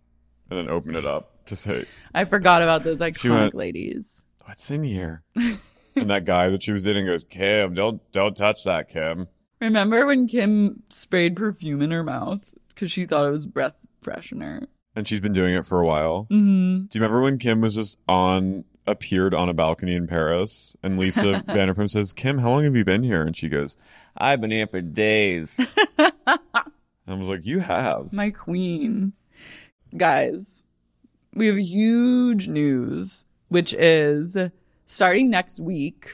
Speaker 5: and then opened it up to say,
Speaker 6: I forgot about those iconic
Speaker 5: went-
Speaker 6: ladies.
Speaker 5: What's in here? and that guy that she was eating goes, Kim, don't don't touch that, Kim.
Speaker 6: Remember when Kim sprayed perfume in her mouth because she thought it was breath freshener?
Speaker 5: And she's been doing it for a while.
Speaker 6: Mm-hmm.
Speaker 5: Do you remember when Kim was just on appeared on a balcony in Paris and Lisa Vanderpump says, Kim, how long have you been here? And she goes,
Speaker 7: I've been here for days.
Speaker 5: and I was like, You have.
Speaker 6: My queen. Guys, we have huge news, which is starting next week,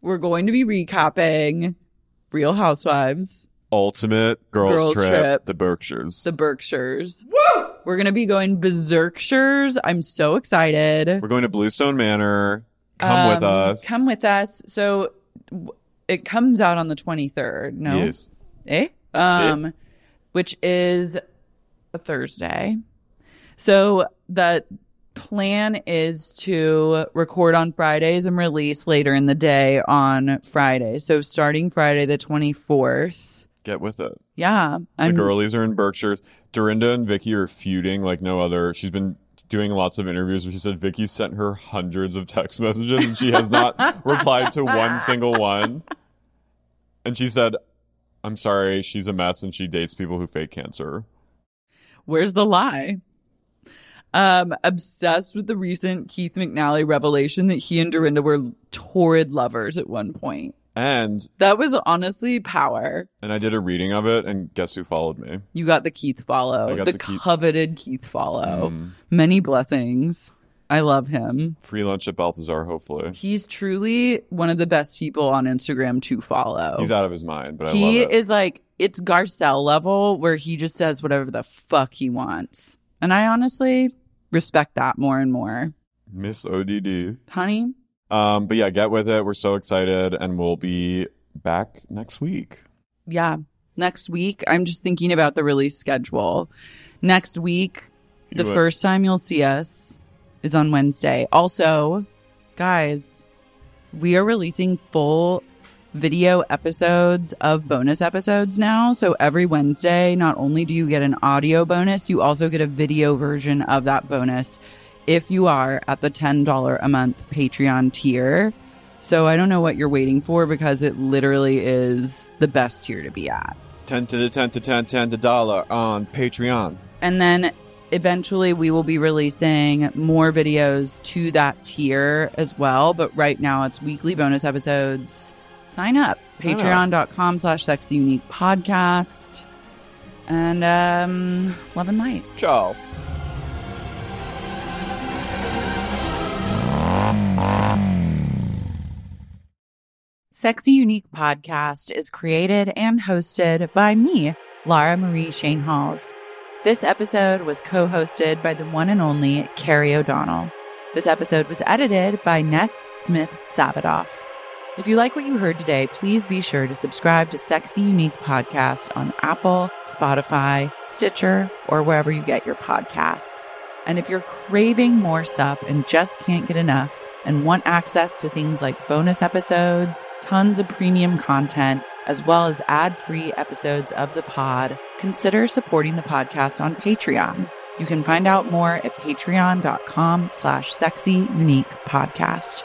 Speaker 6: we're going to be recapping Real Housewives,
Speaker 5: Ultimate girls,
Speaker 6: Girls
Speaker 5: trip,
Speaker 6: trip.
Speaker 5: the Berkshires.
Speaker 6: the Berkshires. Woo! We're going to be going Berserkshires. I'm so excited.
Speaker 5: We're going to Bluestone Manor. Come with
Speaker 6: Um,
Speaker 5: us.
Speaker 6: Come with us. So w- it comes out on the 23rd, no?
Speaker 5: Yes.
Speaker 6: Eh? Um, which is a Thursday. So the plan is to record on Fridays and release later in the day on Friday. So starting Friday the 24th.
Speaker 5: Get with it.
Speaker 6: Yeah.
Speaker 5: The
Speaker 6: I'm
Speaker 5: girlies are in Berkshires. Dorinda and Vicky are feuding like no other. She's been doing lots of interviews where she said Vicky sent her hundreds of text messages and she has not replied to one single one. And she said, I'm sorry, she's a mess and she dates people who fake cancer.
Speaker 6: Where's the lie? Um, obsessed with the recent Keith McNally revelation that he and Dorinda were torrid lovers at one point.
Speaker 5: And
Speaker 6: That was honestly power.
Speaker 5: and I did a reading of it and guess who followed me?
Speaker 6: You got the Keith
Speaker 5: I
Speaker 6: follow,
Speaker 5: got
Speaker 6: the,
Speaker 5: the Keith-
Speaker 6: coveted Keith follow.
Speaker 5: Mm.
Speaker 6: Many blessings. I love him.
Speaker 5: Free lunch at Balthazar, hopefully.
Speaker 6: He's truly one of the best people on Instagram to follow.
Speaker 5: He's out of his mind, but I
Speaker 6: Oh. he
Speaker 5: love it.
Speaker 6: is like it's Garcelle level where he just says whatever the fuck he wants. And I honestly respect that more and more.
Speaker 5: Miss ODD.
Speaker 6: Honey,
Speaker 5: Um, but yeah, get with it. We're so excited and we'll be back next week.
Speaker 6: yeah, next week I'm just thinking about the release schedule. Next week, the
Speaker 5: You, uh,
Speaker 6: first time you'll see us is on Wednesday. Also, guys, we are releasing full video episodes of bonus episodes now. So every Wednesday, not only do you get an audio bonus, you also get a video version of that bonus if you are at the $10 a month Patreon tier. So I don't know what you're waiting for because it literally is the best tier to be at.
Speaker 5: 10 to the 10 to 10 10 to dollar on patreon
Speaker 6: And then eventually we will be releasing more videos to that tier as well. But right now it's weekly bonus episodes. Sign up.
Speaker 5: Sign up.
Speaker 6: Patreon.com slash sexy unique podcast. And um, love and light.
Speaker 5: ciao
Speaker 6: Sexy Unique podcast is created and hosted by me, Lara Marie Shane Halls. This episode was co hosted by the one and only Carrie O'Donnell. This episode was edited by Ness Smith Savadoff. If you like what you heard today, please be sure to subscribe to Sexy Unique Podcast on Apple, Spotify, Stitcher, or wherever you get your podcasts. And if you're craving more sup and just can't get enough and want access to things like bonus episodes, tons of premium content, as well as ad free episodes of the pod, consider supporting the podcast on Patreon. You can find out more at patreon.com slash sexy unique podcast.